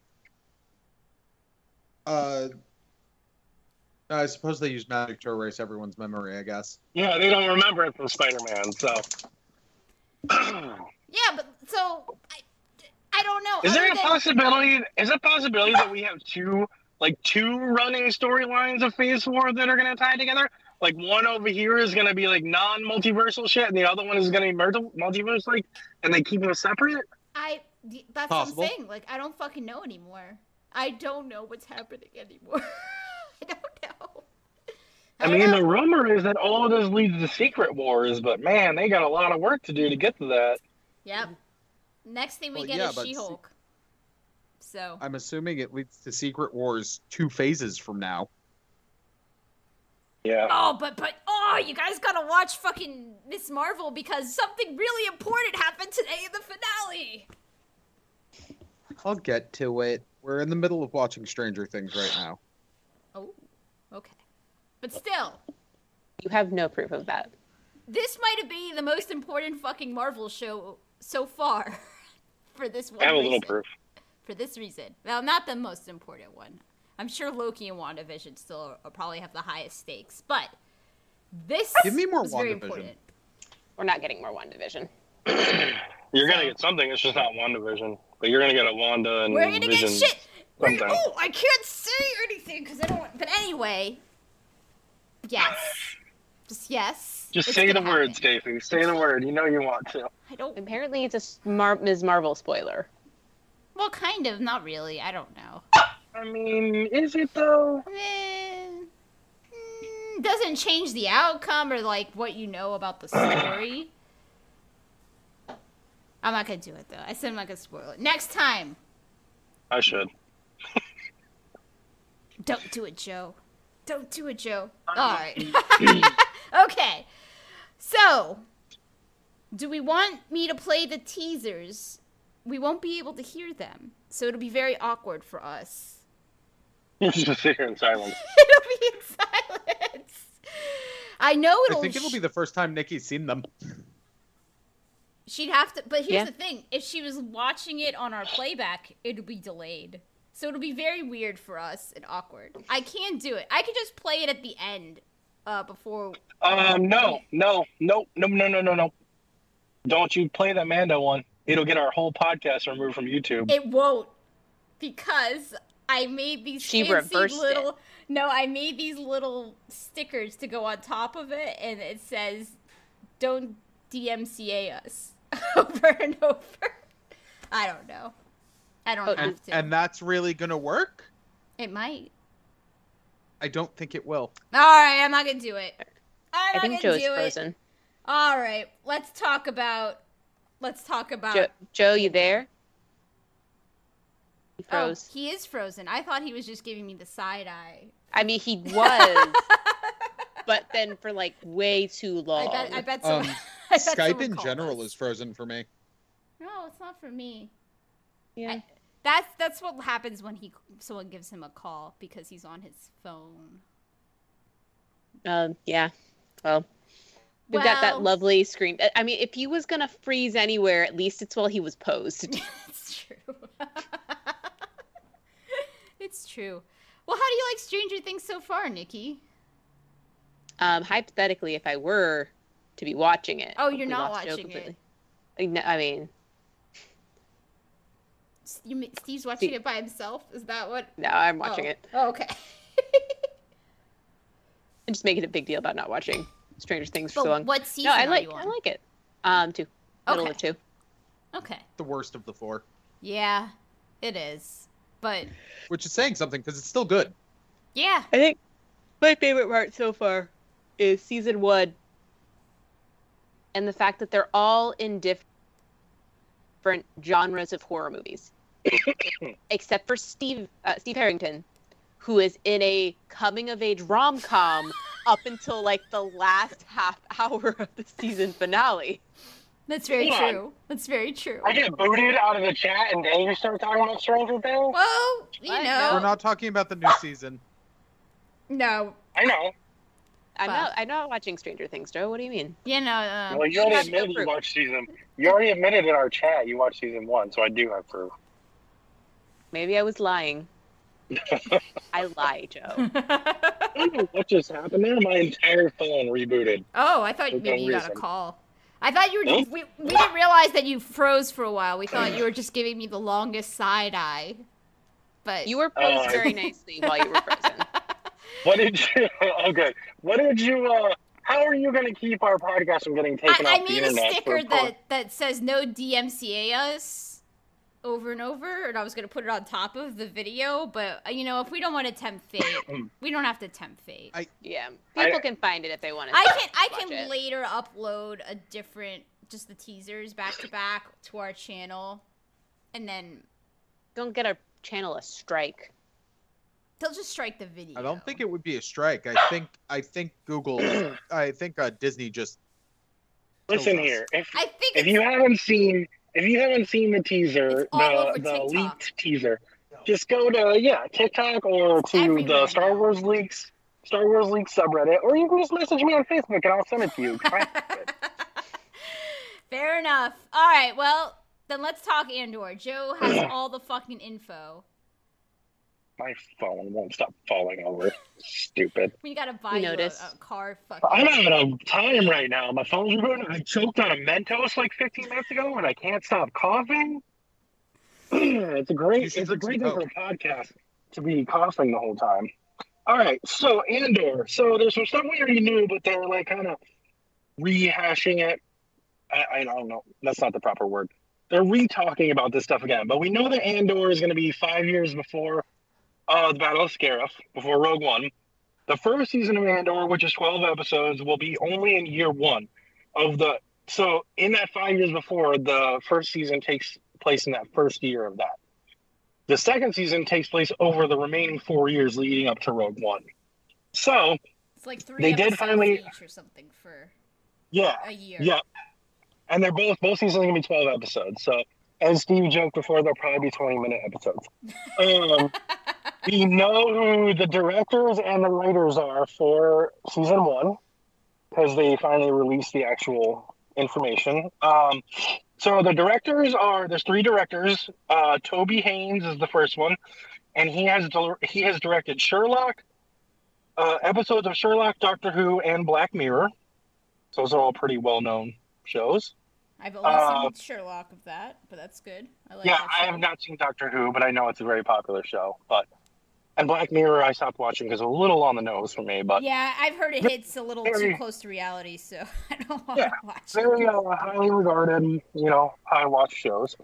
[SPEAKER 5] Uh, I suppose they use magic to erase everyone's memory. I guess.
[SPEAKER 3] [LAUGHS] Yeah, they don't remember it from Spider-Man. So, [CLEARS THROAT]
[SPEAKER 1] yeah, but so I, I don't know.
[SPEAKER 3] is there
[SPEAKER 1] other
[SPEAKER 3] a
[SPEAKER 1] than-
[SPEAKER 3] possibility? Is there a possibility that we have two, like two running storylines of Phase Four that are going to tie together? Like one over here is going to be like non-multiversal shit, and the other one is going to be multi- multiverse like, and they keep them separate.
[SPEAKER 1] I d- that's
[SPEAKER 5] Possible.
[SPEAKER 1] what I'm saying. Like I don't fucking know anymore. I don't know what's happening anymore. [LAUGHS] I don't know.
[SPEAKER 3] I
[SPEAKER 1] don't
[SPEAKER 3] mean,
[SPEAKER 1] know.
[SPEAKER 3] the rumor is that all of this leads to Secret Wars, but man, they got a lot of work to do to get to that.
[SPEAKER 1] yep. Next thing we
[SPEAKER 5] Well,
[SPEAKER 1] get
[SPEAKER 5] yeah,
[SPEAKER 1] is
[SPEAKER 5] but see-
[SPEAKER 1] She-Hulk. So
[SPEAKER 5] I'm assuming it leads to Secret Wars two phases from now.
[SPEAKER 3] Yeah.
[SPEAKER 1] Oh, but but oh, you guys gotta watch fucking Miss Marvel because something really important happened today in the finale.
[SPEAKER 5] I'll get to it. We're in the middle of watching Stranger Things right now.
[SPEAKER 1] Oh, okay. But still,
[SPEAKER 2] You have no proof of that.
[SPEAKER 1] this might have been the most important fucking Marvel show so far. [LAUGHS] For this one
[SPEAKER 3] I have a little
[SPEAKER 1] reason.
[SPEAKER 3] proof.
[SPEAKER 1] for this reason. Well, not the most important one. I'm sure Loki and WandaVision still are, probably have the highest stakes, but this
[SPEAKER 5] Give me more
[SPEAKER 1] was very
[SPEAKER 5] WandaVision.
[SPEAKER 1] important.
[SPEAKER 3] Mm,
[SPEAKER 2] We're not getting more one division.
[SPEAKER 3] You're gonna get something. It's just not WandaVision, but you're gonna get a Wanda and
[SPEAKER 1] We're gonna
[SPEAKER 3] Vision.
[SPEAKER 1] get shit. We're,
[SPEAKER 3] sometime.
[SPEAKER 1] oh, I can't say anything because I don't. want... But anyway, yes, just yes.
[SPEAKER 3] Just
[SPEAKER 1] It's
[SPEAKER 3] say the
[SPEAKER 1] gonna happen.
[SPEAKER 3] word, Stacy. Say the word. You know you want to.
[SPEAKER 1] I don't.
[SPEAKER 2] Apparently, it's a s- Mar- Ms. Marvel spoiler.
[SPEAKER 1] Well, kind of. Not really. I don't know.
[SPEAKER 3] I mean, is it though?
[SPEAKER 1] Eh, mm, doesn't change the outcome or like what you know about the story. I'm not gonna do it though. I said I'm not gonna spoil it. Next time,
[SPEAKER 3] I should. [LAUGHS]
[SPEAKER 1] don't do it, Joe. Don't do it, Joe. All right. [LAUGHS] okay. So, do we want me to play the teasers? We won't be able to hear them, so it'll be very awkward for us. [LAUGHS]
[SPEAKER 3] You just sit here in silence.
[SPEAKER 1] it'll be in silence. I know
[SPEAKER 5] I
[SPEAKER 1] it'll.
[SPEAKER 5] think it'll
[SPEAKER 1] sh-
[SPEAKER 5] be the first time Nikki's seen them.
[SPEAKER 1] She'd have to. But here's
[SPEAKER 2] Yeah.
[SPEAKER 1] the thing: if she was watching it on our playback, it'll be delayed, so it'll be very weird for us and awkward. I can do it. I could just play it at the end, uh, before.
[SPEAKER 3] Um, no, no, no, no, no, no, no, no. Don't you play the Mando one? It'll get our whole podcast removed from YouTube.
[SPEAKER 1] It won't, because I made these
[SPEAKER 2] She
[SPEAKER 1] fancy
[SPEAKER 2] reversed it.
[SPEAKER 1] little. No, I made these little stickers to go on top of it, and it says, "Don't DMCA us," [LAUGHS] over and over. I don't know. I don't
[SPEAKER 2] Oh,
[SPEAKER 1] have to.
[SPEAKER 5] And that's really going to work?
[SPEAKER 1] it might.
[SPEAKER 5] I don't think it will.
[SPEAKER 1] All right, I'm not gonna do it. I'm
[SPEAKER 2] I
[SPEAKER 1] not
[SPEAKER 2] think
[SPEAKER 1] gonna
[SPEAKER 2] Joe's
[SPEAKER 1] do it.
[SPEAKER 2] frozen.
[SPEAKER 1] All right, let's talk about. Let's talk about.
[SPEAKER 2] Joe, Joe, you there? He
[SPEAKER 1] Oh,
[SPEAKER 2] froze.
[SPEAKER 1] he is frozen. I thought he was just giving me the side eye.
[SPEAKER 2] I mean,
[SPEAKER 1] [LAUGHS]
[SPEAKER 2] he was, but then for like way too
[SPEAKER 1] I
[SPEAKER 2] long.
[SPEAKER 1] bet. I bet.
[SPEAKER 5] Um,
[SPEAKER 1] Some, I bet
[SPEAKER 5] Skype
[SPEAKER 1] someone [LAUGHS]
[SPEAKER 5] in
[SPEAKER 1] called
[SPEAKER 5] general
[SPEAKER 1] us.
[SPEAKER 5] is frozen for me.
[SPEAKER 1] No, it's not for me.
[SPEAKER 2] yeah.
[SPEAKER 1] I- That's that's what happens when he someone gives him a call because he's on his phone.
[SPEAKER 2] Um, yeah. Well, we've got that lovely screen. I- I mean, if he was gonna freeze anywhere, at least it's while he was posed.
[SPEAKER 1] [LAUGHS] It's true. [LAUGHS] it's true. Well, how do you like Stranger Things so far, Nikki?
[SPEAKER 2] Um, hypothetically, if I were to be watching it.
[SPEAKER 1] Oh, you're
[SPEAKER 2] we
[SPEAKER 1] not
[SPEAKER 2] lost Joe
[SPEAKER 1] watching it.
[SPEAKER 2] completely. I kn- I mean,
[SPEAKER 1] S- You, mean Steve's watching it by himself. Is that what?
[SPEAKER 2] no, I'm watching
[SPEAKER 1] oh.
[SPEAKER 2] it.
[SPEAKER 1] Oh, okay.
[SPEAKER 2] I'm just making a big deal about not watching Stranger Things for so
[SPEAKER 1] [LAUGHS] but
[SPEAKER 2] long.
[SPEAKER 1] what season
[SPEAKER 2] No, I
[SPEAKER 1] are
[SPEAKER 2] like
[SPEAKER 1] you
[SPEAKER 2] I
[SPEAKER 1] on?
[SPEAKER 2] like it. Um, two, middle
[SPEAKER 1] Okay.
[SPEAKER 2] of two.
[SPEAKER 1] Okay.
[SPEAKER 5] The worst of the four.
[SPEAKER 1] Yeah, it is. But
[SPEAKER 5] Which is saying something because it's still good.
[SPEAKER 1] yeah,
[SPEAKER 2] I think my favorite part so far is season one. And the fact that they're all in diff- different genres of horror movies. [COUGHS] Except for Steve uh, Steve Harrington, who is in a coming of age rom com up until like the last half hour of the season finale.
[SPEAKER 1] that's very
[SPEAKER 3] Hold on.
[SPEAKER 1] true. That's very true.
[SPEAKER 3] I get booted out of the chat, and then you start talking about Stranger Things.
[SPEAKER 1] Well, you
[SPEAKER 2] What?
[SPEAKER 1] know,
[SPEAKER 5] We're not talking about the
[SPEAKER 1] Ah.
[SPEAKER 5] new season.
[SPEAKER 1] no,
[SPEAKER 3] I know.
[SPEAKER 2] I'm
[SPEAKER 1] Wow.
[SPEAKER 2] not I'm not watching Stranger Things, Joe. What do you mean?
[SPEAKER 1] you know. Um,
[SPEAKER 3] Well, you
[SPEAKER 2] you
[SPEAKER 3] already
[SPEAKER 2] have
[SPEAKER 3] admitted
[SPEAKER 2] no
[SPEAKER 3] you
[SPEAKER 2] proof.
[SPEAKER 3] watched season. You already admitted in our chat you watched season one, so I do have proof.
[SPEAKER 2] Maybe I was lying. I lie,
[SPEAKER 1] [LAUGHS]
[SPEAKER 2] Joe.
[SPEAKER 3] I don't know what just happened there. My entire phone rebooted.
[SPEAKER 1] [LAUGHS] oh, I thought
[SPEAKER 3] For
[SPEAKER 1] maybe
[SPEAKER 3] no
[SPEAKER 1] you got a
[SPEAKER 3] reason.
[SPEAKER 1] call. I thought you were.
[SPEAKER 3] Nope.
[SPEAKER 1] We, we didn't realize that you froze for a while. We thought you were just giving me the longest side eye. But
[SPEAKER 2] You were
[SPEAKER 3] Oh,
[SPEAKER 2] posed
[SPEAKER 3] I-
[SPEAKER 2] very nicely while you were frozen.
[SPEAKER 3] What did you? [LAUGHS] Okay. What did you? uh How are you going to keep our podcast from getting
[SPEAKER 1] I,
[SPEAKER 3] taken
[SPEAKER 1] I
[SPEAKER 3] off the
[SPEAKER 1] made a
[SPEAKER 3] internet? for
[SPEAKER 1] sticker
[SPEAKER 3] pro-
[SPEAKER 1] that, that says no DMCA us over and over, and I was going to put it on top of the video, but uh, you know, if we don't want to tempt fate,
[SPEAKER 3] [COUGHS]
[SPEAKER 1] we don't have to tempt fate. I,
[SPEAKER 5] I-
[SPEAKER 2] Yeah,
[SPEAKER 3] I-
[SPEAKER 2] people can find it if they want to.
[SPEAKER 1] can I can
[SPEAKER 2] Watch it.
[SPEAKER 1] later upload a different just the teasers back to back to our channel, and then
[SPEAKER 2] Don't get our channel a strike.
[SPEAKER 1] they'll just strike the video.
[SPEAKER 5] I don't think it would be a strike. I think I think Google
[SPEAKER 1] [CLEARS THROAT]
[SPEAKER 5] I think uh, Disney just
[SPEAKER 3] Listen here. If
[SPEAKER 1] I think
[SPEAKER 3] if
[SPEAKER 1] it's, [LAUGHS]
[SPEAKER 3] you haven't seen if you haven't seen the
[SPEAKER 1] It's
[SPEAKER 3] teaser,
[SPEAKER 1] all
[SPEAKER 3] the
[SPEAKER 1] over
[SPEAKER 3] the
[SPEAKER 1] TikTok.
[SPEAKER 3] leaked teaser, just go to yeah TikTok or
[SPEAKER 1] It's
[SPEAKER 3] to
[SPEAKER 1] everywhere
[SPEAKER 3] the Star
[SPEAKER 1] now.
[SPEAKER 3] Wars leaks Star Wars leaks subreddit, or you can just message me on Facebook and I'll send it to you.
[SPEAKER 1] Fair enough. All right, well then let's talk Andor. Joe has
[SPEAKER 3] [COUGHS]
[SPEAKER 1] all the fucking info.
[SPEAKER 3] My phone won't stop falling over. Stupid.
[SPEAKER 1] We gotta buy you a,
[SPEAKER 2] noticed.
[SPEAKER 1] a car. Fucking.
[SPEAKER 3] I'm having a time right now. My phone's ruined. I choked on a Mentos like 15 minutes ago, and I can't stop coughing. [CLEARS THROAT] it's a
[SPEAKER 5] You
[SPEAKER 3] great.
[SPEAKER 5] should
[SPEAKER 3] It's a
[SPEAKER 5] drink
[SPEAKER 3] great
[SPEAKER 5] some
[SPEAKER 3] thing for a podcast to be coughing the whole time. All right, so Andor. So there's some stuff we already knew, but they're like kind of rehashing it. I, I don't know. That's not the proper word. They're re-talking about this stuff again, but we know that Andor is going to be five years before uh, the Battle of Scarif before Rogue One. The first season of Andor, which is 12 episodes, will be only in year one of the. So, in that five years before, the first season takes place in that first year of that. The second season takes place over the remaining four years leading up to Rogue One. So,
[SPEAKER 1] It's like three
[SPEAKER 3] They
[SPEAKER 1] episodes
[SPEAKER 3] did finally-
[SPEAKER 1] each or something for
[SPEAKER 3] yeah,
[SPEAKER 1] a year.
[SPEAKER 3] yeah. And they're both, both seasons are going to be 12 episodes. So, as Steve joked before, they'll probably be 20 minute episodes. Um, we know who the directors and the writers are for season one because they finally released the actual information. Um, so the directors are there's three directors. Uh, Toby Haynes is the first one, and he has dir- he has directed Sherlock, uh, episodes of Sherlock, Doctor Who, and Black Mirror. So those are all pretty well known shows.
[SPEAKER 1] I've only
[SPEAKER 3] Uh,
[SPEAKER 1] seen Sherlock of that, but that's good. I like
[SPEAKER 3] yeah,
[SPEAKER 1] that
[SPEAKER 3] I
[SPEAKER 1] show.
[SPEAKER 3] have not seen Doctor Who, but I know it's a very popular show. But and Black Mirror, I stopped watching because it was a little on the nose for me. But
[SPEAKER 1] Yeah, I've heard it hits a little too
[SPEAKER 3] Very-
[SPEAKER 1] close to reality, so [LAUGHS] I don't want to
[SPEAKER 3] Yeah,
[SPEAKER 1] watch it.
[SPEAKER 3] very uh, highly regarded, you know, high watch shows.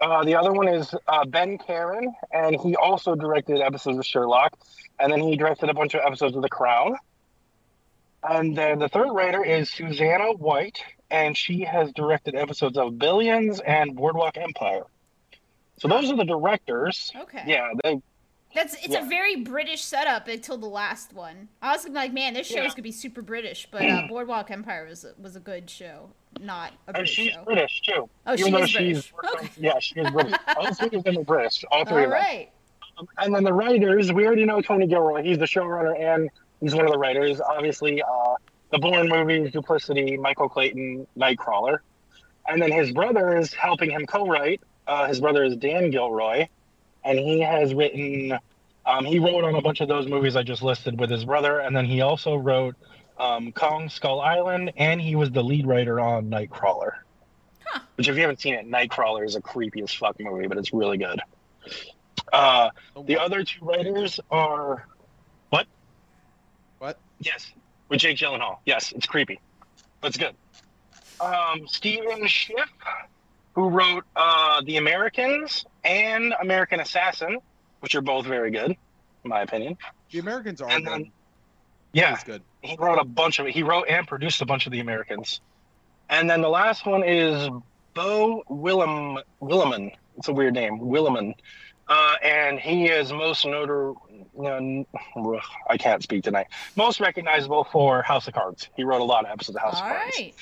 [SPEAKER 3] Uh, the other one is uh, Ben Karen, and he also directed episodes of Sherlock, and then he directed a bunch of episodes of The Crown. And then the third writer is Susanna White, and she has directed episodes of Billions and Boardwalk Empire. So those are the directors.
[SPEAKER 1] Okay.
[SPEAKER 3] Yeah, they
[SPEAKER 1] That's it's
[SPEAKER 3] Yeah.
[SPEAKER 1] a very British setup until the last one. I was like, man, this show's
[SPEAKER 3] Yeah.
[SPEAKER 1] gonna be super British, but
[SPEAKER 3] [CLEARS THROAT]
[SPEAKER 1] uh, Boardwalk Empire was a, was a good show, not a
[SPEAKER 3] and
[SPEAKER 1] British
[SPEAKER 3] she's
[SPEAKER 1] show.
[SPEAKER 3] British too.
[SPEAKER 1] Oh, she
[SPEAKER 3] even though
[SPEAKER 1] is British.
[SPEAKER 3] she's yeah, she is British. all three of them are British. All three
[SPEAKER 1] All
[SPEAKER 3] of them.
[SPEAKER 1] right.
[SPEAKER 3] and then the writers, we already know Tony Gilroy. He's the showrunner and he's one of the writers. Obviously, uh, the Bourne movies, Duplicity, Michael Clayton, Nightcrawler. And then his brother is helping him co write. Uh, his brother is Dan Gilroy. And he has written, um, he wrote on a bunch of those movies I just listed with his brother. And then he also wrote um, Kong Skull Island and he was the lead writer on Nightcrawler.
[SPEAKER 1] Huh.
[SPEAKER 3] Which, if you haven't seen it, Nightcrawler is a creepy as fuck movie, but it's really good. Uh,
[SPEAKER 5] oh
[SPEAKER 3] the other two writers are
[SPEAKER 5] What?
[SPEAKER 3] yes, with Jake Gyllenhaal. Yes, it's creepy. That's good. Um, Stephen Schiff, who wrote uh, The Americans and American Assassin, which are both very good, in my opinion.
[SPEAKER 5] The Americans are
[SPEAKER 3] And
[SPEAKER 5] good.
[SPEAKER 3] then, yeah,
[SPEAKER 5] It's good.
[SPEAKER 3] he wrote a bunch of it. He wrote and produced a bunch of The Americans. And then the last one is Bo Willem Willeman. It's a weird name, Willeman. Uh, and he is most notor. no, ugh, I can't speak tonight. Most recognizable for House of Cards. He wrote a lot of episodes of House
[SPEAKER 1] All
[SPEAKER 3] of Cards.
[SPEAKER 1] right.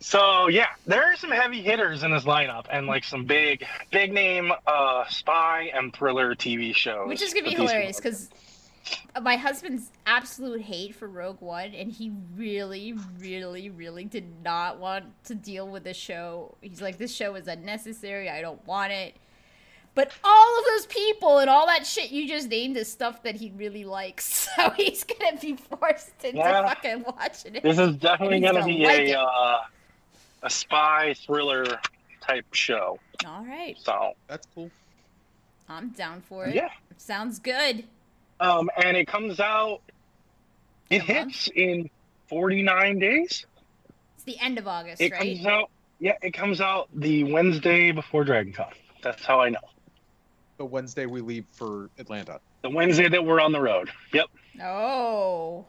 [SPEAKER 3] So yeah, there are some heavy hitters in this lineup, and like some big, big name uh, spy and thriller TV shows.
[SPEAKER 1] Which is gonna be
[SPEAKER 3] that these
[SPEAKER 1] hilarious
[SPEAKER 3] people-
[SPEAKER 1] because my husband's absolute hate for Rogue One, and he really, really, really did not want to deal with this show. He's like, this show is unnecessary. I don't want it. But all of those people and all that shit you just named is stuff that he really likes, [LAUGHS] so he's gonna be forced into
[SPEAKER 3] Yeah.
[SPEAKER 1] fucking watching it.
[SPEAKER 3] This is definitely
[SPEAKER 1] He's
[SPEAKER 3] going to
[SPEAKER 1] gonna
[SPEAKER 3] be
[SPEAKER 1] like it.
[SPEAKER 3] a uh, a spy thriller type show.
[SPEAKER 1] all right,
[SPEAKER 3] So
[SPEAKER 5] That's cool.
[SPEAKER 1] I'm down for it.
[SPEAKER 3] yeah,
[SPEAKER 1] Sounds good.
[SPEAKER 3] um, and it comes out. It
[SPEAKER 1] Come on.
[SPEAKER 3] hits in forty nine days.
[SPEAKER 1] It's the end of August,
[SPEAKER 3] It
[SPEAKER 1] right?
[SPEAKER 3] comes out. Yeah, it comes out the Wednesday before Dragon Con. That's how I know.
[SPEAKER 5] The Wednesday we leave for Atlanta.
[SPEAKER 3] The Wednesday that we're on the road. Yep.
[SPEAKER 1] Oh,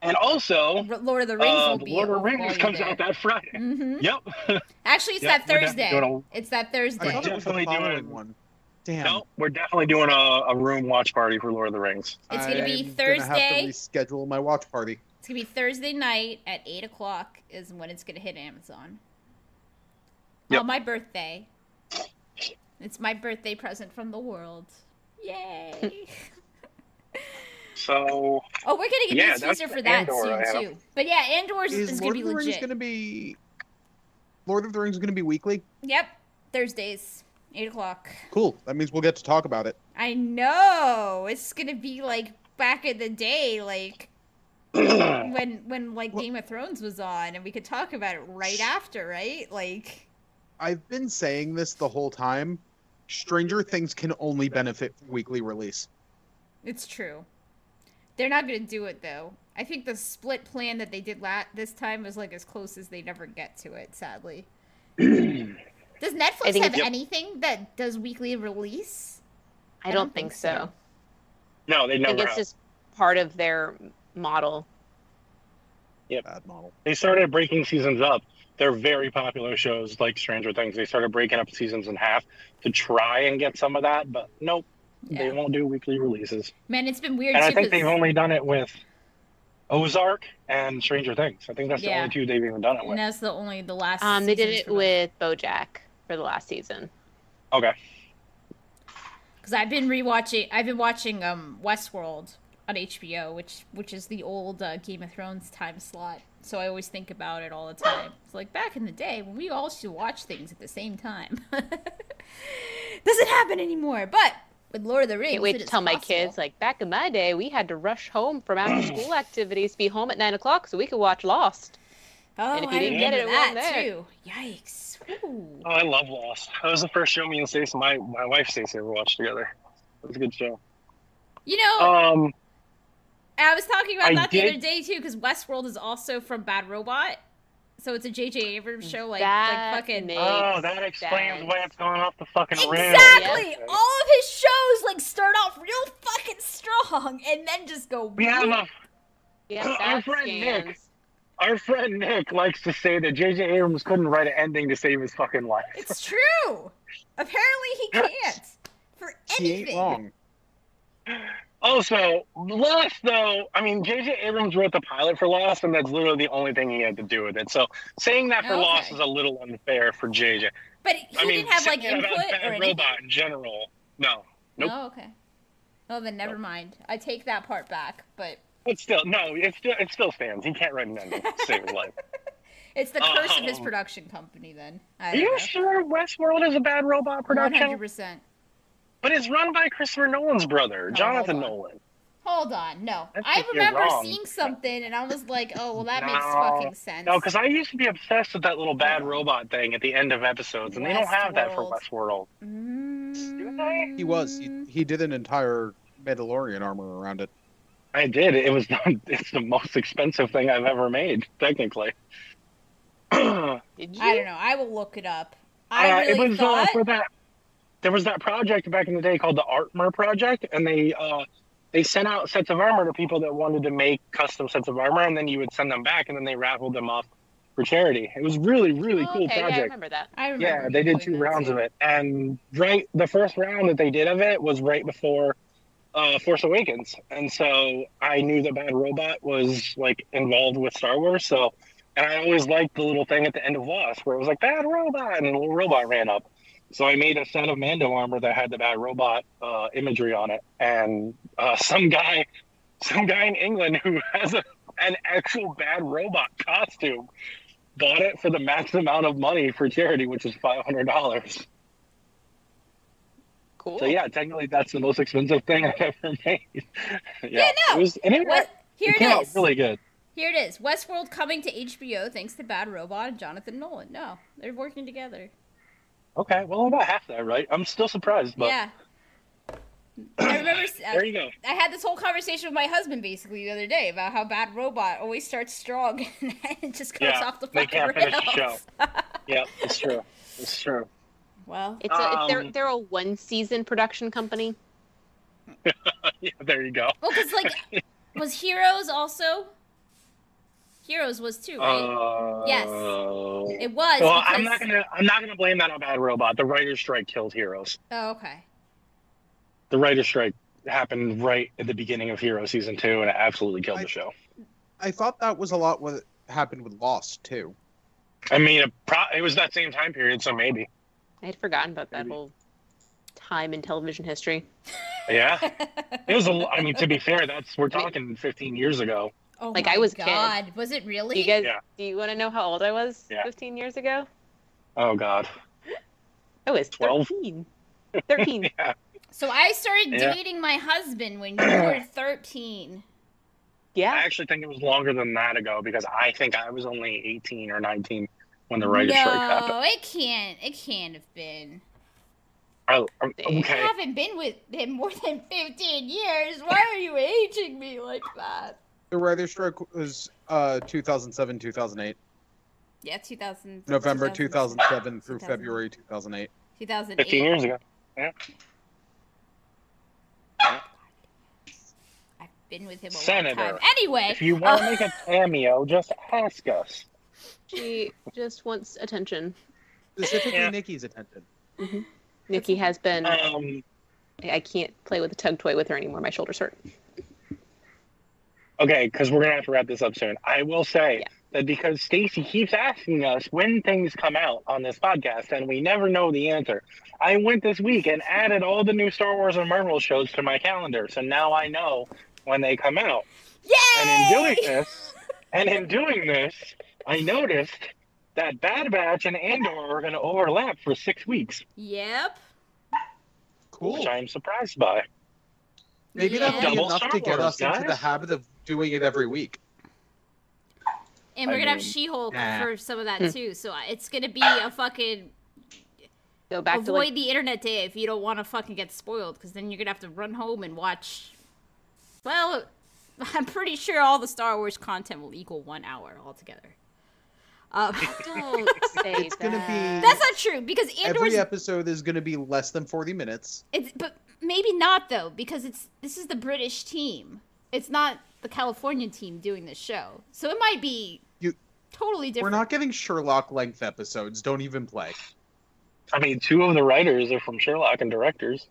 [SPEAKER 3] And also,
[SPEAKER 1] R- Lord of the Rings
[SPEAKER 3] uh,
[SPEAKER 1] will
[SPEAKER 3] the
[SPEAKER 1] be.
[SPEAKER 3] Lord of the
[SPEAKER 1] while you're
[SPEAKER 3] Rings comes
[SPEAKER 1] there.
[SPEAKER 3] out that Friday.
[SPEAKER 1] Mm-hmm.
[SPEAKER 3] Yep.
[SPEAKER 1] Actually, it's
[SPEAKER 3] Yeah,
[SPEAKER 1] that
[SPEAKER 3] we're definitely
[SPEAKER 1] Thursday.
[SPEAKER 3] gonna-
[SPEAKER 1] It's that
[SPEAKER 5] I
[SPEAKER 1] Thursday.
[SPEAKER 5] thought it was the
[SPEAKER 3] Definitely
[SPEAKER 5] following
[SPEAKER 3] doing-
[SPEAKER 5] one. Damn.
[SPEAKER 3] No, we're definitely doing a, a room watch party for Lord of the Rings.
[SPEAKER 1] It's gonna be
[SPEAKER 5] I'm gonna have
[SPEAKER 1] Thursday.
[SPEAKER 5] to reschedule my watch party.
[SPEAKER 1] It's gonna be Thursday night at eight o'clock is when it's gonna hit Amazon.
[SPEAKER 3] Yep.
[SPEAKER 1] On my birthday. It's my birthday present from the world.
[SPEAKER 3] [LAUGHS]
[SPEAKER 1] Yay!
[SPEAKER 3] So [CLEARS THROAT]
[SPEAKER 1] oh, we're gonna get
[SPEAKER 3] Yeah,
[SPEAKER 1] a
[SPEAKER 3] that's
[SPEAKER 1] teaser for
[SPEAKER 3] the
[SPEAKER 1] that
[SPEAKER 3] Andor I have.
[SPEAKER 1] soon too. But yeah, Andor's is,
[SPEAKER 5] Is,
[SPEAKER 1] gonna
[SPEAKER 5] Lord
[SPEAKER 1] be
[SPEAKER 5] of the Rings
[SPEAKER 1] legit.
[SPEAKER 5] going to be Lord of the Rings going to be weekly?
[SPEAKER 1] Yep, Thursdays, eight o'clock.
[SPEAKER 5] Cool. That means we'll get to talk about it.
[SPEAKER 1] I know it's gonna be like back in the day, like when when like
[SPEAKER 5] Well-
[SPEAKER 1] Game of Thrones was on, and we could talk about it right after, right? Like,
[SPEAKER 5] I've been saying this the whole time. Stranger Things can only benefit from weekly release.
[SPEAKER 1] it's true. They're not gonna do it though. I think the split plan that they did la- this time was like as close as they never get to it. Sadly, does Netflix
[SPEAKER 2] think
[SPEAKER 1] have
[SPEAKER 2] it's-
[SPEAKER 1] anything that does weekly release?
[SPEAKER 2] I don't think so.
[SPEAKER 3] No, they
[SPEAKER 2] I think
[SPEAKER 3] never
[SPEAKER 2] it's
[SPEAKER 3] have.
[SPEAKER 2] just part of their model.
[SPEAKER 5] Bad model.
[SPEAKER 3] They started breaking seasons up. They're very popular shows like Stranger Things. They started breaking up seasons in half to try and get some of that, but nope, they
[SPEAKER 1] Yeah.
[SPEAKER 3] won't do weekly releases.
[SPEAKER 1] Man, it's been weird
[SPEAKER 3] And I
[SPEAKER 1] too,
[SPEAKER 3] think
[SPEAKER 1] 'cause-
[SPEAKER 3] they've only done it with Ozark and Stranger Things. I think that's the
[SPEAKER 1] Yeah.
[SPEAKER 3] only two they've even done it
[SPEAKER 1] and
[SPEAKER 3] with.
[SPEAKER 1] that's the only the last.
[SPEAKER 2] Um, they did
[SPEAKER 1] seasons
[SPEAKER 2] it
[SPEAKER 1] for both.
[SPEAKER 2] with BoJack for the last season.
[SPEAKER 3] Okay.
[SPEAKER 1] because I've been rewatching. I've been watching um Westworld on HBO, which which is the old uh, Game of Thrones time slot. So I always think about it all the time. It's like back in the day when we all used to watch things at the same time. [LAUGHS] Doesn't happen anymore. But with Lord of the Rings,
[SPEAKER 2] Can't wait
[SPEAKER 1] it
[SPEAKER 2] to
[SPEAKER 1] is
[SPEAKER 2] tell my
[SPEAKER 1] possible.
[SPEAKER 2] kids, like, back in my day, we had to rush home
[SPEAKER 1] [CLEARS THROAT]
[SPEAKER 2] from after school activities to be home at 9 o'clock so we could watch Lost.
[SPEAKER 1] Oh,
[SPEAKER 2] and if
[SPEAKER 1] I
[SPEAKER 2] you didn't get it,
[SPEAKER 1] remember
[SPEAKER 2] it
[SPEAKER 1] that
[SPEAKER 2] wasn't there.
[SPEAKER 1] too. Yikes. Ooh.
[SPEAKER 3] Oh, I love Lost. That was the first show me and Stacey, my, my wife Stacey, ever watched together. It was a good show.
[SPEAKER 1] You know,
[SPEAKER 3] Um,
[SPEAKER 1] I was talking about
[SPEAKER 3] I
[SPEAKER 1] that the
[SPEAKER 3] did-
[SPEAKER 1] other day too, because Westworld is also from Bad Robot, so it's a J.J.
[SPEAKER 2] Mm.
[SPEAKER 1] Abrams show, like
[SPEAKER 2] That
[SPEAKER 1] like fucking
[SPEAKER 2] makes
[SPEAKER 3] oh, that explains why
[SPEAKER 2] sense.
[SPEAKER 3] it's going off the fucking rails.
[SPEAKER 1] Exactly.
[SPEAKER 3] Okay.
[SPEAKER 1] All of his shows like start off real fucking strong and then just go.
[SPEAKER 3] We have a
[SPEAKER 2] Yeah,
[SPEAKER 3] [CLEARS THROAT] Our
[SPEAKER 2] that
[SPEAKER 3] friend Nick.
[SPEAKER 2] scans.
[SPEAKER 3] Our friend Nick likes to say that J.J. Abrams couldn't write an ending to save his fucking life.
[SPEAKER 1] It's true. Apparently he can't for
[SPEAKER 5] She ain't
[SPEAKER 1] anything.
[SPEAKER 5] wrong.
[SPEAKER 3] Also, Lost, though, I mean, J.J. Abrams wrote the pilot for Lost, and that's literally the only thing he had to do with it. So saying that for
[SPEAKER 1] Okay.
[SPEAKER 3] Lost is a little unfair for J.J.
[SPEAKER 1] But he
[SPEAKER 3] I mean,
[SPEAKER 1] didn't have like
[SPEAKER 3] saying
[SPEAKER 1] input
[SPEAKER 3] about
[SPEAKER 1] or
[SPEAKER 3] Bad
[SPEAKER 1] anything.
[SPEAKER 3] Robot in general, no. Nope.
[SPEAKER 1] Oh okay. Oh then never
[SPEAKER 3] Nope.
[SPEAKER 1] mind. I take that part back. But
[SPEAKER 3] But still, no, it still, it still stands. He can't write an ending to save his life.
[SPEAKER 1] it's the curse of his
[SPEAKER 3] Um,
[SPEAKER 1] production company. Then [LAUGHS] I
[SPEAKER 3] Are
[SPEAKER 1] don't
[SPEAKER 3] you sure Westworld is a bad robot
[SPEAKER 1] One hundred
[SPEAKER 3] production?
[SPEAKER 1] percent.
[SPEAKER 3] But it's run by Christopher Nolan's brother,
[SPEAKER 1] hold
[SPEAKER 3] Jonathan
[SPEAKER 1] on.
[SPEAKER 3] Nolan.
[SPEAKER 1] Hold on, no.
[SPEAKER 3] That's
[SPEAKER 1] I
[SPEAKER 3] if you're
[SPEAKER 1] remember
[SPEAKER 3] wrong.
[SPEAKER 1] seeing something and I was like, oh well, that makes
[SPEAKER 3] No.
[SPEAKER 1] fucking sense.
[SPEAKER 3] No, because I used to be obsessed with that little bad robot thing at the end of episodes, and they don't have that for Westworld.
[SPEAKER 1] Mm.
[SPEAKER 5] He was. He, he did an entire Mandalorian armor around it.
[SPEAKER 3] I did. It was [LAUGHS] the, it's the most expensive thing I've ever made, technically. [CLEARS THROAT] uh,
[SPEAKER 2] Did
[SPEAKER 1] I
[SPEAKER 2] you?
[SPEAKER 1] don't know. I will look it up. I really
[SPEAKER 3] it was
[SPEAKER 1] thought.
[SPEAKER 3] uh, for that. There was that project back in the day called the Artmer Project, and they uh, they sent out sets of armor to people that wanted to make custom sets of armor, and then you would send them back, and then they raffled them off for charity. It was really, really
[SPEAKER 2] Oh,
[SPEAKER 3] cool
[SPEAKER 2] okay, yeah, I
[SPEAKER 3] project.
[SPEAKER 2] remember that.
[SPEAKER 1] I remember.
[SPEAKER 3] Yeah, they
[SPEAKER 1] doing
[SPEAKER 3] did two
[SPEAKER 1] that
[SPEAKER 3] rounds
[SPEAKER 1] too.
[SPEAKER 3] of it, and right the first round that they did of it was right before uh, Force Awakens, and so I knew that Bad Robot was like involved with Star Wars, so and I always liked the little thing at the end of Lost where it was like Bad Robot, and a little robot ran up. So I made a set of Mando armor that had the Bad Robot uh, imagery on it, and uh, some guy, [LAUGHS] some guy in England who has a, an actual Bad Robot costume bought it for the max amount of money for charity, which is five hundred dollars.
[SPEAKER 2] Cool.
[SPEAKER 3] So yeah, technically that's the most expensive thing I've ever [LAUGHS] made. yeah,
[SPEAKER 1] no.
[SPEAKER 3] it was, and it,
[SPEAKER 1] What?
[SPEAKER 3] it
[SPEAKER 1] Here it
[SPEAKER 3] came out
[SPEAKER 1] is.
[SPEAKER 3] really good.
[SPEAKER 1] Here it is. Westworld coming to HBO thanks to Bad Robot and Jonathan Nolan. No, they're working together.
[SPEAKER 3] Okay, well I'm about half that, right? I'm still surprised, but
[SPEAKER 1] yeah.
[SPEAKER 3] [COUGHS]
[SPEAKER 1] I remember. s- uh,
[SPEAKER 3] there you go.
[SPEAKER 1] I had this whole conversation with my husband basically the other day about how Bad Robot always starts strong [LAUGHS] and then it just goes
[SPEAKER 3] Yeah,
[SPEAKER 1] off the
[SPEAKER 3] they
[SPEAKER 1] fucking
[SPEAKER 3] can't finish the
[SPEAKER 1] rails.
[SPEAKER 3] Yeah, it's true. It's true. [LAUGHS]
[SPEAKER 1] well,
[SPEAKER 2] It's a, it's- they're
[SPEAKER 3] Um,
[SPEAKER 2] they're a one season production company.
[SPEAKER 3] Yeah, there you go.
[SPEAKER 1] well, because
[SPEAKER 3] [LAUGHS]
[SPEAKER 1] like, was Heroes also? Heroes was too, right?
[SPEAKER 3] Uh,
[SPEAKER 1] Yes. it was.
[SPEAKER 3] Well,
[SPEAKER 1] because...
[SPEAKER 3] I'm not gonna I'm not gonna blame that on Bad Robot. The writer's strike killed heroes.
[SPEAKER 1] Oh, okay.
[SPEAKER 3] The writer's strike happened right at the beginning of Hero season two, and it absolutely killed
[SPEAKER 5] I-
[SPEAKER 3] the show.
[SPEAKER 5] I thought that was a lot what happened with Lost too.
[SPEAKER 3] I mean, it, pro- it was that same time period, so maybe.
[SPEAKER 2] I had forgotten about that
[SPEAKER 3] Maybe.
[SPEAKER 2] whole time in television history.
[SPEAKER 3] Yeah, it was. A, l- I mean, to be fair, that's we're talking 15 years ago.
[SPEAKER 1] Oh
[SPEAKER 2] Like,
[SPEAKER 1] my
[SPEAKER 2] I was a kid.
[SPEAKER 1] God, was it
[SPEAKER 2] Do
[SPEAKER 1] really?
[SPEAKER 2] you guys
[SPEAKER 3] Yeah.
[SPEAKER 2] do you want to know how old I was
[SPEAKER 3] Yeah.
[SPEAKER 2] 15 years ago?
[SPEAKER 3] Oh God,
[SPEAKER 2] I was
[SPEAKER 3] 12?
[SPEAKER 2] 13.
[SPEAKER 3] [LAUGHS]
[SPEAKER 2] 13.
[SPEAKER 1] so I started
[SPEAKER 3] Yeah.
[SPEAKER 1] dating my husband when you
[SPEAKER 3] [CLEARS THROAT]
[SPEAKER 1] were thirteen.
[SPEAKER 3] I
[SPEAKER 2] Yeah.
[SPEAKER 3] actually think it was longer than that ago because I think I was only 18 or 19 when the writer's strike happened.
[SPEAKER 1] no, it can't. It can't have been.
[SPEAKER 3] I, I'm-
[SPEAKER 2] Dang.
[SPEAKER 1] I
[SPEAKER 3] okay,
[SPEAKER 1] haven't been with him more than fifteen years. Why are you aging me like that?
[SPEAKER 5] The writer's strike was uh 2007 2008
[SPEAKER 1] Yeah, two thousand.
[SPEAKER 5] November 2007 through February 2008.
[SPEAKER 1] Two thousand
[SPEAKER 3] 15
[SPEAKER 1] eight.
[SPEAKER 3] years ago. Yeah.
[SPEAKER 1] been with him a
[SPEAKER 3] Senator,
[SPEAKER 1] long time. Anyway,
[SPEAKER 3] If you want
[SPEAKER 1] uh, [LAUGHS]
[SPEAKER 3] to make a cameo, just ask us.
[SPEAKER 2] She just wants attention.
[SPEAKER 5] Specifically,
[SPEAKER 3] Yeah.
[SPEAKER 5] Nikki's attention.
[SPEAKER 2] Nikki has been.
[SPEAKER 3] Um,
[SPEAKER 2] I can't play with a tug toy with her anymore. My shoulders hurt.
[SPEAKER 3] okay, because we're gonna have to wrap this up soon. I will say
[SPEAKER 2] Yeah.
[SPEAKER 3] that because Stacy keeps asking us when things come out on this podcast, and we never know the answer. I went this week and added all the new Star Wars and Marvel shows to my calendar, so now I know when they come out. And in
[SPEAKER 1] yay!
[SPEAKER 3] doing this, and in doing this, I noticed that Bad Batch and Andor are going to overlap for six weeks,
[SPEAKER 1] Yep.
[SPEAKER 5] Cool.
[SPEAKER 3] which I'm surprised by.
[SPEAKER 5] Maybe
[SPEAKER 1] yeah.
[SPEAKER 5] that'll be
[SPEAKER 3] Double
[SPEAKER 5] enough
[SPEAKER 3] Star
[SPEAKER 5] to get
[SPEAKER 3] Wars,
[SPEAKER 5] us into the
[SPEAKER 3] guys.
[SPEAKER 5] habit of doing it every week.
[SPEAKER 1] And we're
[SPEAKER 3] I
[SPEAKER 1] gonna have
[SPEAKER 3] mean,
[SPEAKER 1] She-Hulk
[SPEAKER 5] nah.
[SPEAKER 1] for some of
[SPEAKER 2] Hmm.
[SPEAKER 1] that too. So I- it's gonna be a fucking
[SPEAKER 2] Go back
[SPEAKER 1] avoid
[SPEAKER 2] to like
[SPEAKER 1] the internet day if you don't want to fucking get spoiled, because then you're gonna have to run home and watch. Well, [LAUGHS] I'm pretty sure all the Star Wars content will equal one hour altogether.
[SPEAKER 5] [LAUGHS]
[SPEAKER 1] Um, [LAUGHS]
[SPEAKER 2] Don't [LAUGHS] say
[SPEAKER 5] It's gonna
[SPEAKER 2] that.
[SPEAKER 5] be-
[SPEAKER 1] that's not true because Andor's
[SPEAKER 5] Every episode is going to be less than 40 minutes.
[SPEAKER 1] It's but maybe not though because it's this is the British team. It's not the California team doing this show, so it might be
[SPEAKER 5] You-
[SPEAKER 1] totally different.
[SPEAKER 5] We're not getting Sherlock length episodes. Don't even play.
[SPEAKER 3] I mean, two of the writers are from Sherlock and directors.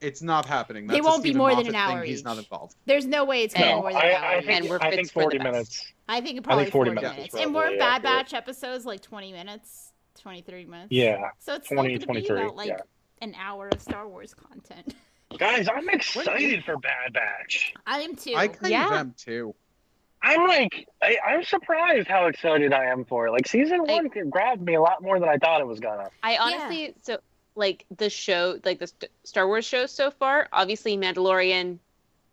[SPEAKER 5] It's not happening.
[SPEAKER 1] They
[SPEAKER 5] That's a
[SPEAKER 1] won't be
[SPEAKER 5] Stephen
[SPEAKER 1] more than
[SPEAKER 5] Moffat
[SPEAKER 1] an
[SPEAKER 5] thing.
[SPEAKER 1] hour
[SPEAKER 5] He's not
[SPEAKER 1] each.
[SPEAKER 5] involved.
[SPEAKER 1] There's no way it's going to
[SPEAKER 3] no,
[SPEAKER 1] be more than an
[SPEAKER 3] I,
[SPEAKER 1] hour.
[SPEAKER 3] I think,
[SPEAKER 2] And we're
[SPEAKER 3] I
[SPEAKER 2] fit
[SPEAKER 3] think
[SPEAKER 2] for the
[SPEAKER 3] 40
[SPEAKER 2] best.
[SPEAKER 3] minutes.
[SPEAKER 1] I think it probably
[SPEAKER 3] 40
[SPEAKER 1] 40
[SPEAKER 5] minutes
[SPEAKER 1] minutes.
[SPEAKER 3] is
[SPEAKER 1] And we're
[SPEAKER 3] probably
[SPEAKER 1] Bad
[SPEAKER 3] accurate.
[SPEAKER 1] Batch episodes like 20 minutes, 23 minutes.
[SPEAKER 3] Yeah.
[SPEAKER 1] So it's
[SPEAKER 3] 20,
[SPEAKER 1] still going to
[SPEAKER 3] 23,
[SPEAKER 1] be about like
[SPEAKER 3] yeah.
[SPEAKER 1] an hour of Star Wars content. [LAUGHS]
[SPEAKER 3] Guys, I'm excited for Bad Batch.
[SPEAKER 1] I am too.
[SPEAKER 5] I kind of
[SPEAKER 2] Yeah.
[SPEAKER 5] am too.
[SPEAKER 3] I'm like, I, I'm surprised how excited I am for it. Like, season
[SPEAKER 2] Like-
[SPEAKER 3] one grabbed me a lot more than I thought it was gonna.
[SPEAKER 2] I honestly so like the show, like the St- Star Wars show so far. Obviously, Mandalorian,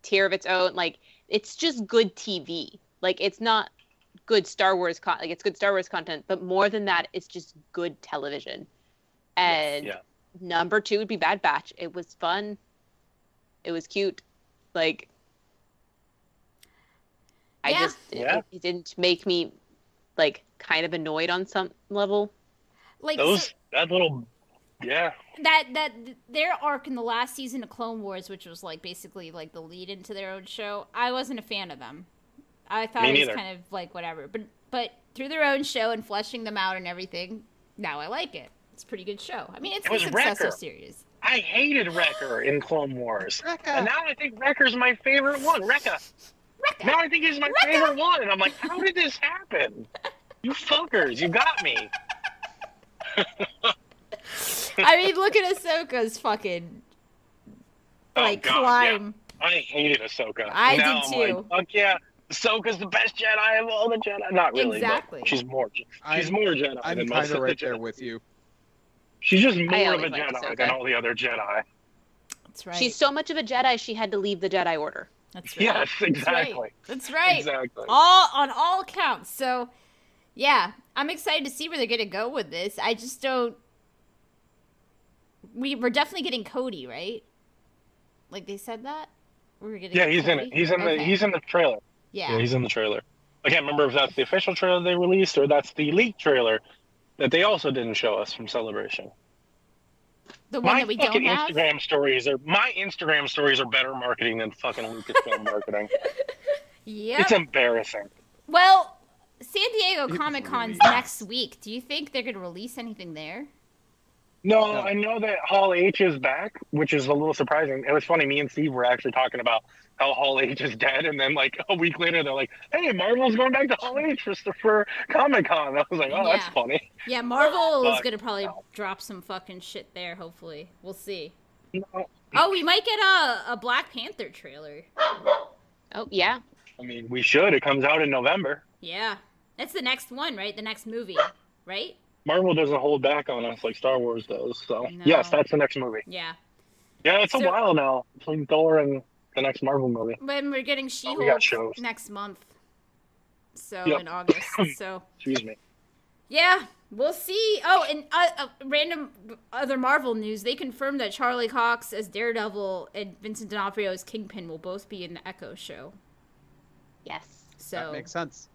[SPEAKER 2] tier of its own. Like it's just good TV. Like it's not good Star Wars con. Like it's good Star Wars content, but more than that, it's just good television. And
[SPEAKER 3] Yeah.
[SPEAKER 2] number two would be Bad Batch. It was fun. It was cute. Like I
[SPEAKER 1] Yeah.
[SPEAKER 2] just it-
[SPEAKER 3] Yeah.
[SPEAKER 2] it, it didn't make me like kind of annoyed on some level.
[SPEAKER 1] like so-
[SPEAKER 3] Those, that little, yeah.
[SPEAKER 1] that that their arc in the last season of Clone Wars, which was like basically like the lead into their own show, I wasn't a fan of them. I thought
[SPEAKER 3] Me
[SPEAKER 1] it was
[SPEAKER 3] neither.
[SPEAKER 1] kind of like whatever, but but through their own show and fleshing them out and everything, now I like it. It's a pretty good show. I mean, it's
[SPEAKER 3] It
[SPEAKER 1] a
[SPEAKER 3] was
[SPEAKER 1] successful
[SPEAKER 3] Wrecker. [LAUGHS]
[SPEAKER 1] series.
[SPEAKER 3] I hated Wrecker in Clone
[SPEAKER 5] [LAUGHS]
[SPEAKER 3] Wars.
[SPEAKER 5] Becca,
[SPEAKER 3] And now I think Wrecker's my favorite one. Wrecka.
[SPEAKER 1] Wrecker.
[SPEAKER 3] Now I think he's my
[SPEAKER 1] Wrecker.
[SPEAKER 3] favorite one. And I'm like, how did
[SPEAKER 1] [LAUGHS]
[SPEAKER 3] this happen? You fuckers, you got me.
[SPEAKER 1] I mean, look at Ahsoka's fucking
[SPEAKER 3] Oh,
[SPEAKER 1] like
[SPEAKER 3] God,
[SPEAKER 1] climb.
[SPEAKER 3] I hated Ahsoka.
[SPEAKER 1] I did
[SPEAKER 3] now I'm
[SPEAKER 1] too.
[SPEAKER 3] like, Fuck yeah. Ahsoka's the best Jedi of all the Jedi. Not really. but
[SPEAKER 1] Exactly.
[SPEAKER 3] She's more. She's
[SPEAKER 5] I'm-
[SPEAKER 3] more Jedi
[SPEAKER 5] I'm
[SPEAKER 3] than
[SPEAKER 5] kind
[SPEAKER 3] most
[SPEAKER 5] of
[SPEAKER 3] of
[SPEAKER 5] right
[SPEAKER 3] the
[SPEAKER 5] there
[SPEAKER 3] Jedi.
[SPEAKER 5] with you.
[SPEAKER 3] She's just more of
[SPEAKER 2] always
[SPEAKER 3] a
[SPEAKER 2] liked
[SPEAKER 3] Jedi
[SPEAKER 2] Ahsoka.
[SPEAKER 3] than all the
[SPEAKER 1] [LAUGHS]
[SPEAKER 3] other Jedi.
[SPEAKER 1] That's right.
[SPEAKER 2] She's so much of a Jedi, she had to leave the Jedi Order.
[SPEAKER 1] That's right.
[SPEAKER 3] Yes,
[SPEAKER 1] That's right.
[SPEAKER 3] exactly.
[SPEAKER 1] That's right.
[SPEAKER 3] Exactly.
[SPEAKER 1] all on all counts. So, yeah, I'm excited to see where they're gonna go with this. I just don't. We we're definitely getting Cody, right? Like they said that we were getting.
[SPEAKER 3] Yeah, he's in it. He's in the
[SPEAKER 1] Okay.
[SPEAKER 3] he's in the trailer. Yeah,
[SPEAKER 1] Yeah.
[SPEAKER 3] he's in the trailer. I can't remember if that's the official trailer they released or that's the leaked trailer that they also didn't show us from Celebration.
[SPEAKER 1] the one
[SPEAKER 3] My
[SPEAKER 1] that we don't
[SPEAKER 3] fucking
[SPEAKER 1] have.
[SPEAKER 3] Instagram stories are my Instagram stories are better marketing than
[SPEAKER 1] [LAUGHS]
[SPEAKER 3] fucking Lucasfilm marketing.
[SPEAKER 1] Yeah.
[SPEAKER 3] It's embarrassing.
[SPEAKER 1] well, San Diego
[SPEAKER 5] It
[SPEAKER 1] Comic Con's
[SPEAKER 5] really
[SPEAKER 1] next week. Do you think they're gonna release anything there?
[SPEAKER 3] No,
[SPEAKER 5] No.
[SPEAKER 3] I know that Hall H is back, which is a little surprising. It was funny. Me and Steve were actually talking about how Hall H is dead, and then like [LAUGHS] a week later, they're like, "Hey, Marvel's going back to Hall H for, for Comic Con." [LAUGHS] I was like, "Oh, that's
[SPEAKER 1] Yeah.
[SPEAKER 3] funny."
[SPEAKER 1] Yeah, Marvel is
[SPEAKER 3] Fuck,
[SPEAKER 1] gonna probably
[SPEAKER 3] no.
[SPEAKER 1] drop some fucking shit there. Hopefully, we'll see.
[SPEAKER 3] No,
[SPEAKER 1] Oh, we might get a a Black Panther trailer.
[SPEAKER 2] Oh yeah,
[SPEAKER 3] I mean, we should. It comes out in November.
[SPEAKER 1] Yeah. That's the next one, right? The next movie, right?
[SPEAKER 3] Marvel doesn't hold back on us like Star Wars does. So
[SPEAKER 1] No.
[SPEAKER 3] yes, that's the next movie.
[SPEAKER 1] Yeah.
[SPEAKER 3] Yeah, it's a
[SPEAKER 1] So-
[SPEAKER 3] while now between Thor and the next Marvel movie.
[SPEAKER 1] When we're getting She
[SPEAKER 3] Oh, we
[SPEAKER 1] Hulk
[SPEAKER 3] got shows.
[SPEAKER 1] next month. So
[SPEAKER 3] Yep.
[SPEAKER 1] in
[SPEAKER 3] [LAUGHS]
[SPEAKER 1] August. so
[SPEAKER 3] Excuse me.
[SPEAKER 1] yeah, we'll see. Oh, and uh, uh, random other Marvel news. They confirmed that Charlie Cox as Daredevil and Vincent D'Onofrio as Kingpin will both be in the Echo show.
[SPEAKER 2] yes.
[SPEAKER 5] That
[SPEAKER 1] So
[SPEAKER 5] makes sense.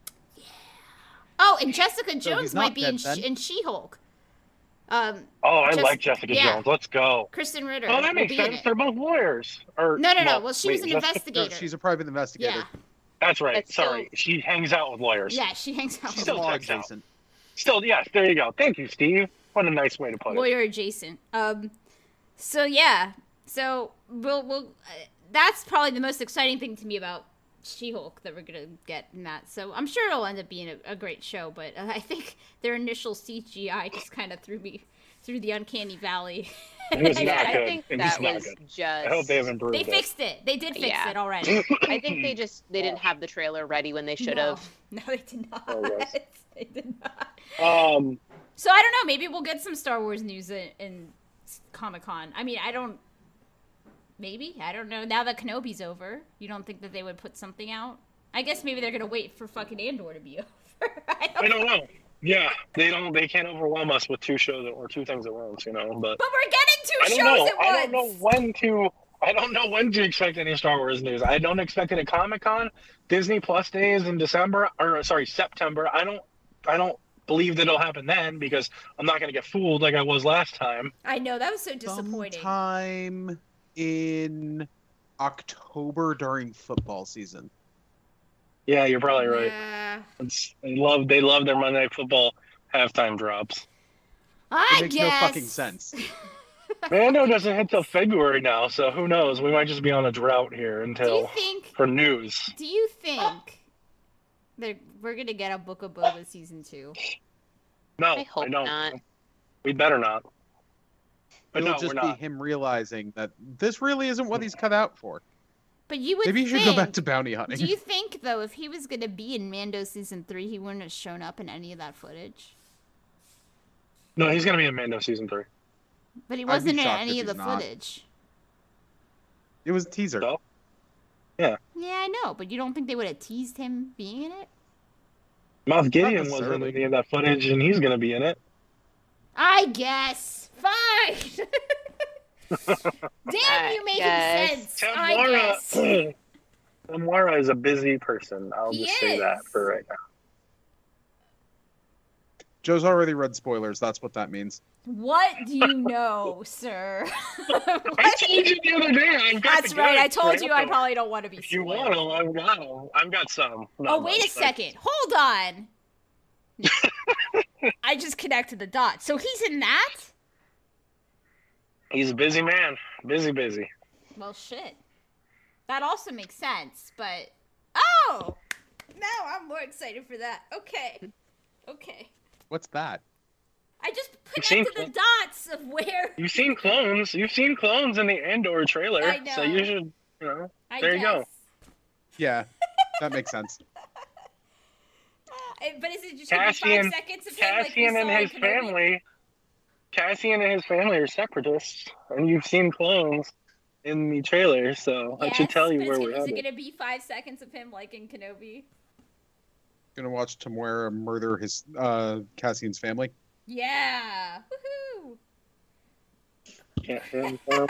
[SPEAKER 1] Oh, and Jessica Jones
[SPEAKER 5] he's not
[SPEAKER 1] might be
[SPEAKER 5] dead
[SPEAKER 1] in,
[SPEAKER 5] then?
[SPEAKER 1] she- in She-Hulk. Um,
[SPEAKER 3] Oh, I
[SPEAKER 1] Just-
[SPEAKER 3] like Jessica
[SPEAKER 1] yeah.
[SPEAKER 3] Jones. Let's go.
[SPEAKER 1] Kristen Ritter.
[SPEAKER 3] Oh,
[SPEAKER 1] will
[SPEAKER 3] that makes
[SPEAKER 1] be in
[SPEAKER 3] sense.
[SPEAKER 1] it.
[SPEAKER 3] They're both lawyers. Or
[SPEAKER 1] No, no, no. Well, she
[SPEAKER 3] wait,
[SPEAKER 1] was an
[SPEAKER 3] Jessica-
[SPEAKER 5] No,
[SPEAKER 1] investigator.
[SPEAKER 5] she's a private investigator.
[SPEAKER 1] yeah,
[SPEAKER 3] That's right.
[SPEAKER 2] That's still-
[SPEAKER 3] Sorry, she hangs out with lawyers.
[SPEAKER 1] yeah. She hangs out
[SPEAKER 5] She's
[SPEAKER 1] with
[SPEAKER 3] Still
[SPEAKER 5] law
[SPEAKER 3] checks out.
[SPEAKER 5] adjacent.
[SPEAKER 3] Still, yes. There you go. Thank you, Steve. What a nice way to put it.
[SPEAKER 1] lawyer adjacent. Um, so yeah, so we'll we'll. Uh, that's probably the most exciting thing to me about She-Hulk that we're gonna get in that. So I'm sure it'll end up being a, a great show, but uh, [LAUGHS] I think their initial CGI just kind of threw me through the uncanny valley. [LAUGHS]
[SPEAKER 3] It
[SPEAKER 2] [LAUGHS]
[SPEAKER 3] was
[SPEAKER 2] I,
[SPEAKER 3] not
[SPEAKER 2] I
[SPEAKER 3] good.
[SPEAKER 2] think
[SPEAKER 3] it was
[SPEAKER 2] that
[SPEAKER 3] not
[SPEAKER 2] was
[SPEAKER 3] good.
[SPEAKER 2] just.
[SPEAKER 3] I hope they have improved
[SPEAKER 1] They
[SPEAKER 3] it.
[SPEAKER 1] fixed it. They did fix
[SPEAKER 2] Yeah.
[SPEAKER 1] it already.
[SPEAKER 2] I think they just they didn't have the trailer ready when they should
[SPEAKER 1] No.
[SPEAKER 2] have.
[SPEAKER 1] [LAUGHS] No, they did not.
[SPEAKER 3] Oh, yes.
[SPEAKER 1] [LAUGHS] they did not.
[SPEAKER 3] Um,
[SPEAKER 1] So I don't know. Maybe we'll get some Star Wars news in, in Comic Con. I mean, I don't. Maybe I don't know. Now that Kenobi's over, you don't think that they would put something out? I guess maybe they're gonna wait for fucking Andor to be [LAUGHS] over. I
[SPEAKER 3] I
[SPEAKER 1] don't.
[SPEAKER 3] don't know. Yeah, they don't. They can't overwhelm us with two shows or two things at once, you know. But
[SPEAKER 1] But we're getting two
[SPEAKER 3] I don't
[SPEAKER 1] shows
[SPEAKER 3] know.
[SPEAKER 1] at once.
[SPEAKER 3] I don't know when to. I don't know when to expect any Star Wars news. I don't expect it at Comic Con. Disney Plus Day is in December, or sorry, September. I don't. I don't believe that it'll happen then because I'm not going to get fooled like I was last time.
[SPEAKER 1] I know that was so disappointing.
[SPEAKER 5] Sometime in October during football season.
[SPEAKER 3] Yeah, you're probably right.
[SPEAKER 1] Yeah.
[SPEAKER 3] It's, they love. They love their Monday Night Football halftime drops.
[SPEAKER 1] I
[SPEAKER 5] It makes
[SPEAKER 1] guess.
[SPEAKER 5] no fucking
[SPEAKER 1] [LAUGHS]
[SPEAKER 5] sense.
[SPEAKER 3] Mando doesn't hit till February now, so who knows? We might just be on a drought here
[SPEAKER 1] Do you
[SPEAKER 3] until
[SPEAKER 1] think?
[SPEAKER 3] for news.
[SPEAKER 1] Do you think that we're gonna get a Book of Boba season two?
[SPEAKER 3] No,
[SPEAKER 2] I hope
[SPEAKER 3] don't.
[SPEAKER 2] not.
[SPEAKER 3] We better not. But
[SPEAKER 5] It'll
[SPEAKER 3] no,
[SPEAKER 5] just
[SPEAKER 3] we're
[SPEAKER 5] be
[SPEAKER 3] not.
[SPEAKER 5] him realizing that this really isn't what he's cut out for.
[SPEAKER 1] But you would.
[SPEAKER 5] Maybe you should
[SPEAKER 1] think...
[SPEAKER 5] go back to bounty hunting.
[SPEAKER 1] Do you think though, if he was gonna be in Mando season three, he wouldn't have shown up in any of that footage?
[SPEAKER 3] No, he's gonna be in Mando season three.
[SPEAKER 1] But he
[SPEAKER 5] be
[SPEAKER 1] wasn't in
[SPEAKER 5] shocked
[SPEAKER 1] any
[SPEAKER 5] if
[SPEAKER 1] of the
[SPEAKER 5] he's not.
[SPEAKER 1] footage.
[SPEAKER 5] It was a teaser.
[SPEAKER 3] So?
[SPEAKER 1] Yeah, I know, but you don't think they would have teased him being in it?
[SPEAKER 3] Mouth Gideon wasn't
[SPEAKER 5] necessarily.
[SPEAKER 3] in any of that footage, and he's gonna be in it.
[SPEAKER 1] I guess. Fine. [LAUGHS] Damn
[SPEAKER 2] I
[SPEAKER 1] you, making
[SPEAKER 2] guess.
[SPEAKER 1] sense. I guess.
[SPEAKER 3] Tamara, [CLEARS THROAT] Tamara is a busy person. I'll
[SPEAKER 1] He
[SPEAKER 3] just say that
[SPEAKER 1] is.
[SPEAKER 3] for right now.
[SPEAKER 5] Joe's already read spoilers. That's what that means.
[SPEAKER 1] What do you know, sir? [LAUGHS]
[SPEAKER 3] I
[SPEAKER 1] What do
[SPEAKER 3] told you the other day. I've got
[SPEAKER 1] That's
[SPEAKER 3] the
[SPEAKER 1] right. I
[SPEAKER 3] goods,
[SPEAKER 1] told you I
[SPEAKER 3] right?
[SPEAKER 1] probably don't want to be.
[SPEAKER 3] If you
[SPEAKER 1] spoiled.
[SPEAKER 3] want them, I've got them. I've got some.
[SPEAKER 1] Oh,
[SPEAKER 3] Not
[SPEAKER 1] wait a
[SPEAKER 3] much, but-
[SPEAKER 1] second. Hold on. [LAUGHS] I just connected the dots. So he's in that?
[SPEAKER 3] He's a busy man. Busy, busy.
[SPEAKER 1] Well, shit. That also makes sense, but. Oh! Now I'm more excited for that. Okay. Okay.
[SPEAKER 5] What's that?
[SPEAKER 1] I just
[SPEAKER 3] You've seen
[SPEAKER 1] connected the dots of
[SPEAKER 3] [LAUGHS]
[SPEAKER 1] where.
[SPEAKER 3] You've seen clones. You've seen clones in the Andor trailer.
[SPEAKER 1] I know.
[SPEAKER 3] So you should, you know.
[SPEAKER 1] I
[SPEAKER 3] There you go.
[SPEAKER 1] guess.
[SPEAKER 5] Yeah, that makes sense.
[SPEAKER 1] Ah, eh, But is it just gonna be
[SPEAKER 3] Cassian-
[SPEAKER 1] five seconds of him, like we
[SPEAKER 3] Cassian
[SPEAKER 1] saw
[SPEAKER 3] and
[SPEAKER 1] in
[SPEAKER 3] his
[SPEAKER 1] Kenobi?
[SPEAKER 3] family. Cassian and his family are separatists, and you've seen clones in the trailer, so I that should
[SPEAKER 1] Yes,
[SPEAKER 3] tell you
[SPEAKER 1] but
[SPEAKER 3] where
[SPEAKER 1] it's
[SPEAKER 3] we're
[SPEAKER 1] gonna- Is
[SPEAKER 3] headed.
[SPEAKER 1] it going to be five seconds of him, like in Kenobi?
[SPEAKER 5] Gonna watch Tamura murder his uh Cassian's family.
[SPEAKER 1] [LAUGHS] Yeah. Woohoo. [LAUGHS]
[SPEAKER 3] Cassian, uh,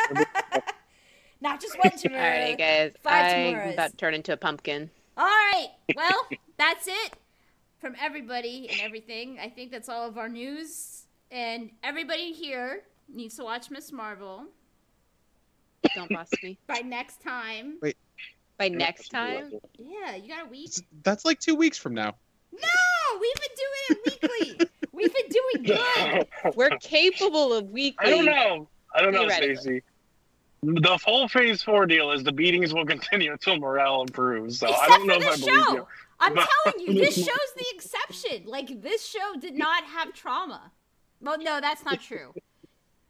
[SPEAKER 1] Not just one
[SPEAKER 2] All right,
[SPEAKER 1] Tamura.
[SPEAKER 2] guys.
[SPEAKER 1] Five
[SPEAKER 2] I'm
[SPEAKER 1] Tamuras.
[SPEAKER 2] about to turn into a pumpkin.
[SPEAKER 1] All right.
[SPEAKER 3] [LAUGHS]
[SPEAKER 1] Well, that's it from everybody and everything. I think that's all of our news. And everybody here needs to watch Miss Marvel
[SPEAKER 2] Don't boss me.
[SPEAKER 1] by next time.
[SPEAKER 3] [LAUGHS]
[SPEAKER 2] By [LAUGHS] next time.
[SPEAKER 1] Yeah, you got a week.
[SPEAKER 5] It's- that's like two weeks from now.
[SPEAKER 1] No, we've been doing it
[SPEAKER 5] [LAUGHS]
[SPEAKER 1] weekly. We've
[SPEAKER 3] [LAUGHS]
[SPEAKER 1] been doing good.
[SPEAKER 2] We're capable of weekly.
[SPEAKER 3] I don't know. I don't know,
[SPEAKER 2] Theoretically.
[SPEAKER 3] Stacey. The whole phase four deal is the beatings will continue until morale improves. So I
[SPEAKER 1] Except
[SPEAKER 3] don't know
[SPEAKER 1] for
[SPEAKER 3] if I
[SPEAKER 1] this
[SPEAKER 3] believe you.
[SPEAKER 1] show.
[SPEAKER 3] [LAUGHS]
[SPEAKER 1] I'm
[SPEAKER 3] But-
[SPEAKER 1] telling you, this show's the exception. Like this show did not have trauma. Well, no, that's not true.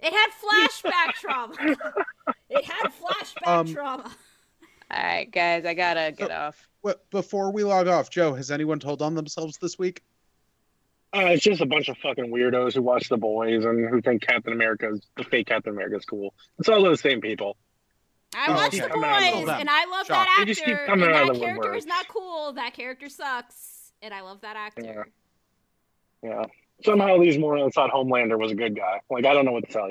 [SPEAKER 1] It had
[SPEAKER 3] [LAUGHS]
[SPEAKER 1] flashback trauma. It had flashback
[SPEAKER 5] Um,
[SPEAKER 1] trauma.
[SPEAKER 2] All right, guys. I gotta get off.
[SPEAKER 5] Well, before we log off, Joe, has anyone told on themselves this week?
[SPEAKER 3] Uh, it's just a bunch of fucking weirdos who watch The Boys and who think Captain America's the fake Captain America's cool. It's all those same people.
[SPEAKER 1] I
[SPEAKER 5] Oh,
[SPEAKER 1] watched
[SPEAKER 3] okay.
[SPEAKER 1] The
[SPEAKER 3] Coming out of the
[SPEAKER 1] Boys,
[SPEAKER 5] woodwork.
[SPEAKER 1] and I love that
[SPEAKER 5] Shock.
[SPEAKER 3] They
[SPEAKER 1] actor.
[SPEAKER 3] just keep coming
[SPEAKER 1] and
[SPEAKER 3] out of
[SPEAKER 1] that
[SPEAKER 3] the
[SPEAKER 1] character
[SPEAKER 3] woodwork.
[SPEAKER 1] is not cool. That character sucks, and I love that actor.
[SPEAKER 3] Yeah. Yeah. Somehow these morons thought Homelander was a good guy. Like I don't know what to tell you.